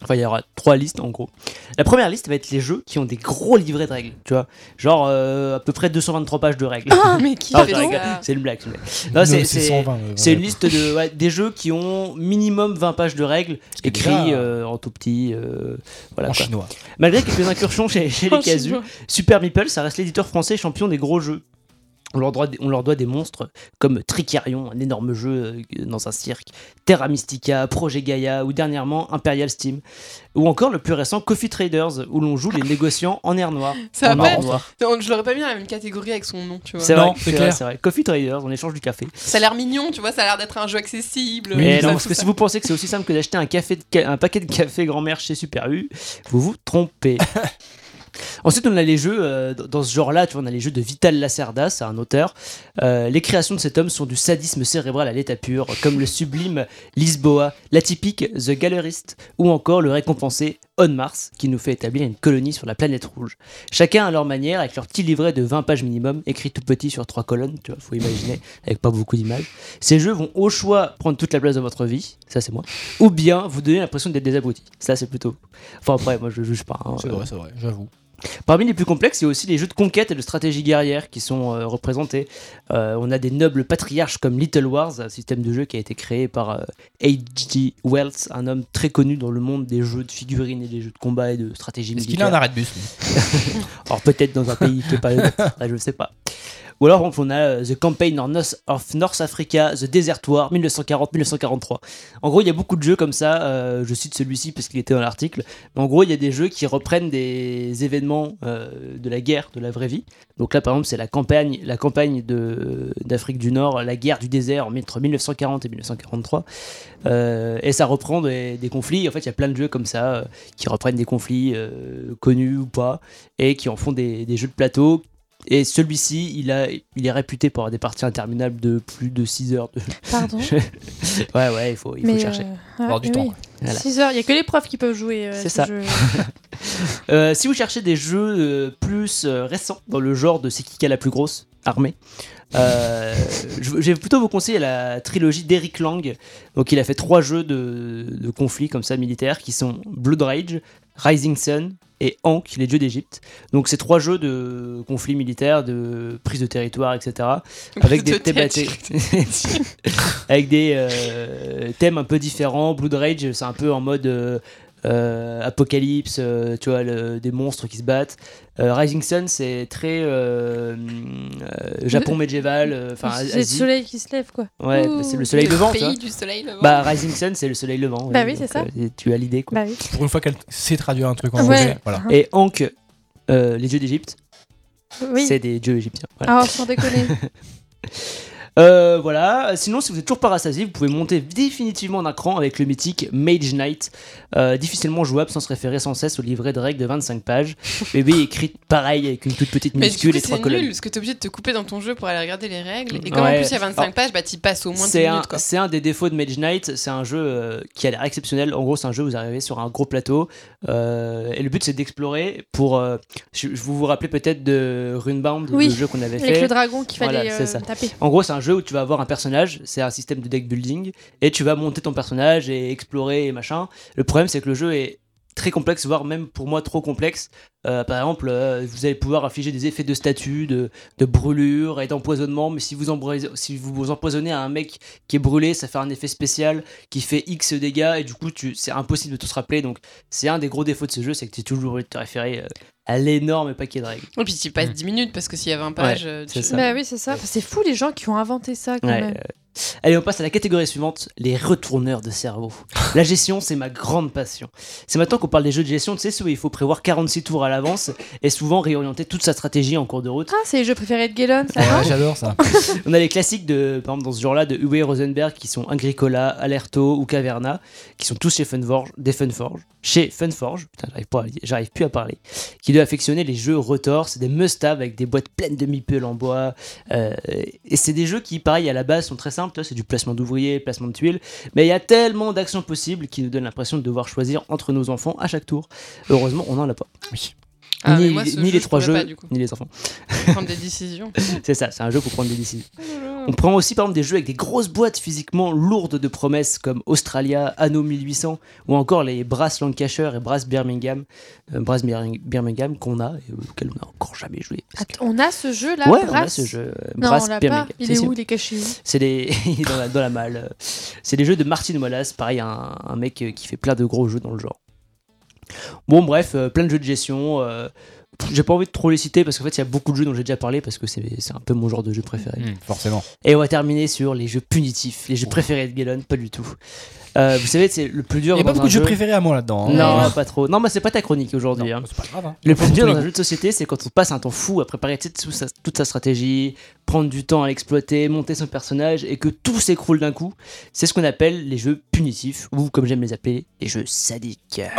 Enfin, il y aura trois listes en gros. La première liste va être les jeux qui ont des gros livrets de règles, tu vois. Genre euh, à peu près 223 pages de règles.
Mais qui
Ah,
fait
je
ça
rigole. c'est une blague. c'est une blague. Non, c'est- c'est-
120, euh,
C'est
voilà.
une liste de, ouais, des jeux qui ont minimum 20 pages de règles
qui est
écrits
déjà-
euh, en tout petit. euh, voilà,
en
quoi.
chinois.
Malgré quelques incursions chez, chez les casus, Super Meeple, ça reste l'éditeur français champion des gros jeux. On leur, doit, on leur doit des monstres comme Tricarion, un énorme jeu euh, dans un cirque, Terra Mystica, Projet Gaia ou dernièrement Imperial Steam. Ou encore le plus récent Coffee Traders où l'on joue les négociants en air noir.
Ça
en
va pas
or
être-
noir.
Non, Je l'aurais pas mis dans la même catégorie avec son nom, tu vois.
C'est vrai,
Non, c'est
c'est vrai,
clair.
c'est vrai. Coffee Traders, on échange du café.
Ça a l'air mignon, tu vois, ça a l'air d'être un jeu accessible.
Eh non,
ça, tout
parce que
ça.
si vous pensez que c'est aussi simple que d'acheter un, café de ca- un paquet de café grand-mère chez Super U, vous vous trompez. Ensuite, on a les jeux euh, dans- dans ce genre-là. Tu vois, on a les jeux de Vital Lacerda, c'est un auteur. Euh, les créations de cet homme sont du sadisme cérébral à l'état pur, comme le sublime Lisboa, l'atypique The Gallerist, ou encore le récompensé On Mars, qui nous fait établir une colonie sur la planète rouge. Chacun à leur manière, avec leur petit livret de 20 pages minimum, écrit tout petit sur trois colonnes. Tu vois, faut imaginer, avec pas beaucoup d'images. Ces jeux vont au choix prendre toute la place de votre vie, ça c'est moi, ou bien vous donner l'impression d'être des abrutis. Ça c'est plutôt. Enfin après, moi je juge pas. hein.
C'est vrai, c'est vrai, j'avoue.
Parmi les plus complexes, il y a aussi les jeux de conquête et de stratégie guerrière qui sont euh, représentés. Euh, on a des nobles patriarches comme Little Wars, un système de jeu qui a été créé par euh, H.G. Wells, un homme très connu dans le monde des jeux de figurines et des jeux de combat et de stratégie
Est-ce qu'il a
militaire.
un arrêt de bus lui
Alors peut-être dans un pays qui n'est pas le nôtre, là, je ne sais pas. Ou alors on a euh, The Campaign of North, of North Africa, The Desert War 1940-1943. En gros, il y a beaucoup de jeux comme ça. euh, je cite celui-ci parce qu'il était dans l'article. Mais en gros, il y a des jeux qui reprennent des événements euh, de la guerre, de la vraie vie. Donc là, par exemple, c'est la campagne, la campagne de- d'Afrique du Nord, la guerre du désert entre 1940 et 1943. Euh, et ça reprend des, des conflits. En fait, il y a plein de jeux comme ça euh, qui reprennent des conflits euh, connus ou pas et qui en font des, des jeux de plateau. Et celui-ci, il, a, il est réputé pour avoir des parties interminables de plus de 6 heures. de-
Pardon.
ouais, ouais, il faut, il faut
Mais,
chercher.
euh, ah,
Avoir du
mais
temps,
oui.
quoi.
Voilà.
6 heures, il y a que les profs qui peuvent jouer. euh,
C'est
à ce
ça.
jeu.
Euh, si vous cherchez des jeux euh, plus euh, récents dans le genre de c'est qui qui a la plus grosse armée, euh, je je vais plutôt vous conseiller la trilogie d'Eric Lang. Donc il a fait trois jeux de, de conflits comme ça militaires qui sont Blood Rage, Rising Sun et Ankh, les dieux d'Égypte. Donc c'est trois jeux de conflits militaires, de prise de territoire, etc. avec des
De
thèmes,
tête.
avec des euh, thèmes un peu différents. Blood Rage, c'est un peu en mode euh, euh, Apocalypse, euh, tu vois, le- des monstres qui se battent. Euh, Rising Sun, c'est très euh, euh, Japon médiéval, euh, enfin
C'est le
Asie.
soleil qui se lève, quoi.
Ouais, bah,
Ouh.
c'est le soleil
Le
levant. tu
pays
vois.
du soleil levant.
Bah, Rising Sun, c'est le soleil levant.
Bah
euh,
oui, c'est
donc, euh, tu as l'idée, quoi.
Bah oui.
Pour une fois qu'elle sait traduire un truc en
Ouais.
anglais.
Bah
Voilà.
Et Ankh, euh, les dieux d'Égypte,
Oui.
c'est des dieux égyptiens. Voilà.
Ah, sans déconner.
Euh, voilà. Sinon, si vous êtes toujours pas rassasié, vous pouvez monter définitivement d'un cran avec le mythique Mage Knight, euh, difficilement jouable sans se référer sans cesse au livret de règles de 25 pages. Bébé écrit pareil avec une toute petite
Mais du
minuscule
coup,
et trois
c'est
colonnes.
nul, parce que t'es obligé de te couper dans ton jeu pour aller regarder les règles. Et comme en
Ouais.
plus il y a 25
Alors,
pages, bah t'y passes au moins 10
C'est un,
minutes quoi.
c'est un des défauts de Mage Knight. C'est un jeu euh, qui a l'air exceptionnel. En gros, c'est un jeu où vous arrivez sur un gros plateau euh, et le but c'est d'explorer. Pour, euh, je, je vous vous rappelez peut-être de Runebound,
Oui.
le jeu qu'on avait
Avec
fait.
le dragon qu'il fallait
Voilà, c'est
euh,
ça.
taper.
En gros, c'est un jeu où tu vas avoir un personnage, c'est un système de deck building, et tu vas monter ton personnage et explorer et machin. Le problème, c'est que le jeu est très complexe, voire même pour moi trop complexe. Euh, par exemple, euh, vous allez pouvoir afficher des effets de statut, de, de brûlure et d'empoisonnement, mais si vous, embrase- si vous vous empoisonnez à un mec qui est brûlé, ça fait un effet spécial qui fait X dégâts, et du coup, tu- c'est impossible de tout se rappeler. Donc, c'est un des gros défauts de ce jeu, c'est que tu es toujours obligé de te référer euh, à l'énorme paquet de règles.
Et puis t'y passes 10 minutes, parce que s'il y a 20 pages, euh, tu-
c'est ça.
Bah oui, c'est ça. Enfin, c'est fou les gens qui ont inventé ça, quand
Ouais,
même.
euh, Allez, on passe à la catégorie suivante, les retourneurs de cerveau. La gestion, c'est ma grande passion. C'est maintenant qu'on parle des jeux de gestion, tu sais, ceux où il faut prévoir 46 tours à l'avance et souvent réorienter toute sa stratégie en cours de route.
Ah, c'est les jeux préférés de Galen, ça
Ouais,
non
J'adore ça.
On a les classiques de, par exemple, dans ce genre-là, de Uwe Rosenberg, qui sont Agricola, Alerto ou Caverna, qui sont tous chez Funforge, des Funforge, chez Funforge, putain, j'arrive, pas à- j'arrive plus à parler, qui doit affectionner les jeux retors, c'est des must-have avec des boîtes pleines de mipel en bois, euh, et c'est des jeux qui, pareil, à la base, sont très simples, tu vois, c'est du placement d'ouvriers, placement de tuiles, mais il y a tellement d'actions possibles qui nous donnent l'impression de devoir choisir entre nos enfants à chaque tour. Heureusement, on en a pas.
Ah, mais
ni
moi, ce
ni
jeu,
les
je
trois jeux,
pourrais pas, du coup.
ni les enfants.
prendre des décisions.
C'est ça, c'est un jeu pour prendre des décisions.
Oh
On prend aussi par exemple des jeux avec des grosses boîtes physiquement lourdes de promesses comme Australia, Anno 1800 ou encore les Brass Lancashire et Brass Birmingham, euh, Brass Bir- Birmingham qu'on a et auquel on n'a encore jamais joué. parce que-
Attends, on a ce jeu-là,
ouais, on a
Brass
ce jeu euh,
Non,
Brass
on l'a pas.
Birmingham.
Il
Si,
est
si.
où Il est caché où
C'est des il est dans la, dans la malle. C'est des jeux de Martin Wallace, pareil un, un mec euh, qui fait plein de gros jeux dans le genre. Bon bref, euh, plein de jeux de gestion. euh, j'ai pas envie de trop les citer parce qu'en fait il y a beaucoup de jeux dont j'ai déjà parlé parce que c'est c'est un peu mon genre de jeu préféré.
Hmm, forcément.
Et on va terminer sur les jeux punitifs, les jeux préférés de Galen, pas du tout. Euh, vous savez, c'est le plus dur.
Il n'y a pas
dans
beaucoup
un
de jeux
jeu-
préférés à moi là-dedans. hein.
Non, pas trop. Non, mais c'est pas ta chronique
Non,
aujourd'hui. hein.
c'est pas grave. hein.
Le plus
Pour
dur
tous
dans
les
un jeu de société, c'est quand on passe un temps fou à préparer tu sais, toute sa, toute sa stratégie, prendre du temps à l'exploiter, monter son personnage et que tout s'écroule d'un coup. C'est ce qu'on appelle les jeux punitifs ou, comme j'aime les appeler, les jeux sadiques.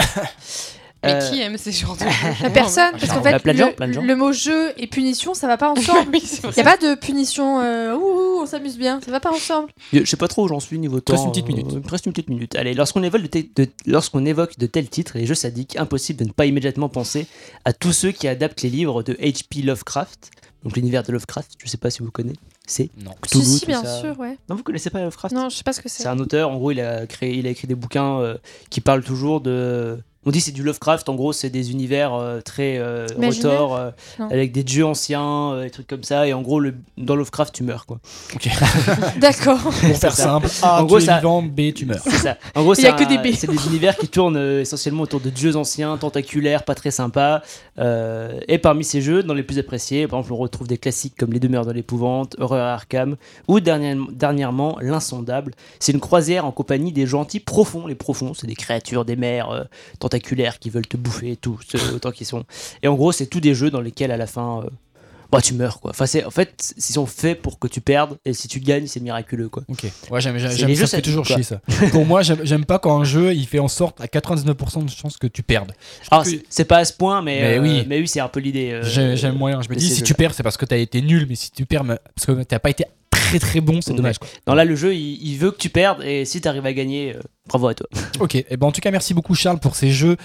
Mais
Euh,
qui aime ces genres de jeux
La personne, parce qu'en
Bah,
fait,
plein de gens, plein de
le,
gens.
le mot jeu et punition, ça va pas ensemble.
Oui, c'est
Il n'y
vrai.
a pas de punition, euh, ouh, ouh, on s'amuse bien, ça va pas ensemble.
Je sais pas trop où j'en suis niveau temps.
reste une petite minute.
Euh, il me reste une petite minute. Allez, lorsqu'on évoque de, tel- de- lorsqu'on évoque de tels titres, les jeux sadiques, impossible de ne pas immédiatement penser à tous ceux qui adaptent les livres de H.P. Lovecraft, donc l'univers de Lovecraft. Je sais pas si vous connaissez. C'est
Non.
Cthulhu,
si, si,
tout
bien
ça.
sûr, ouais.
Non, vous connaissez pas Lovecraft
Non, je sais pas ce que c'est.
C'est un auteur. En gros, il a créé, il a écrit des bouquins euh, qui parlent toujours de. On dit c'est du Lovecraft. En gros, c'est des univers euh, très euh,
Imaginaire
retors, euh,
Non.
avec des dieux anciens, euh, des trucs comme ça. Et en gros, le, dans Lovecraft, tu meurs quoi.
D'accord.
Pour faire
ça.
simple, A,
En
Ah, tu
gros,
es
ça-
vivant, B, tu meurs.
C'est ça. En gros,
Il
c'est
y a que
un-
des baies.
c'est des univers qui tournent euh, essentiellement autour de dieux anciens, tentaculaires, pas très sympas. Euh, et parmi ces jeux, dans les plus appréciés, par exemple, on retrouve des classiques comme Les Demeures de l'Épouvante, Horreur à Arkham, ou dernièrement, dernièrement, L'Insondable. C'est une croisière en compagnie des gentils profonds. Les profonds, c'est des créatures, des mers euh, tentaculaires qui veulent te bouffer, tous euh, autant qu'ils sont. Et en gros, c'est tous des jeux dans lesquels à la fin. euh, bah, tu meurs quoi. Enfin, c'est, en fait, ils sont faits pour que tu perdes et si tu gagnes, c'est miraculeux quoi.
Ok. Ouais, j'aime, j'aime,
C'est
j'aime-
les
ça
jeux
me fait
sadiques,
toujours
quoi.
chier ça. Pour moi, j'aime, j'aime pas quand un jeu il fait en sorte à 99% de chances que tu perdes. Je trouve
Alors,
que
c'est- c'est pas à ce point, mais,
Mais
euh,
oui.
mais oui, c'est un peu l'idée. euh,
j'ai- j'aime moyen. Je me
de
dis,
ces
si tu
jeux-là.
perds, c'est parce que t'as été nul, mais si tu perds, me- parce que t'as pas été très très bon, c'est
Ouais.
dommage. quoi.
Non, là, le jeu, il, il veut que tu perdes, et si t'arrives à gagner, euh, bravo à toi.
Ok, et ben en tout cas merci beaucoup Charles pour ces jeux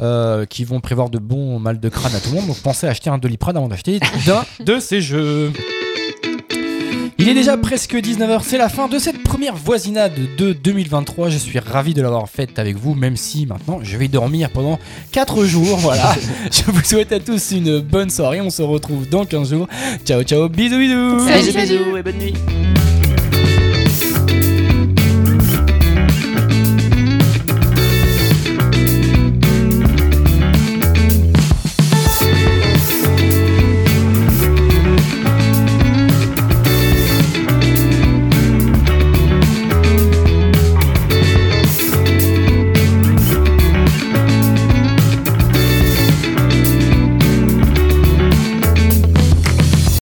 euh, qui vont prévoir de bons mal de crâne à tout le monde. Donc pensez à acheter un Doliprane avant d'acheter d'un de ces jeux. Il est déjà presque 19h, c'est la fin de cette première voisinade de 2023. Je suis ravi de l'avoir faite avec vous, même si maintenant je vais dormir pendant 4 jours. Voilà, je vous souhaite à tous une bonne soirée. On se retrouve dans 15 jours. Ciao, ciao, bisous, bisous.
Salut,
bisous,
salut.
bisous, et bonne nuit.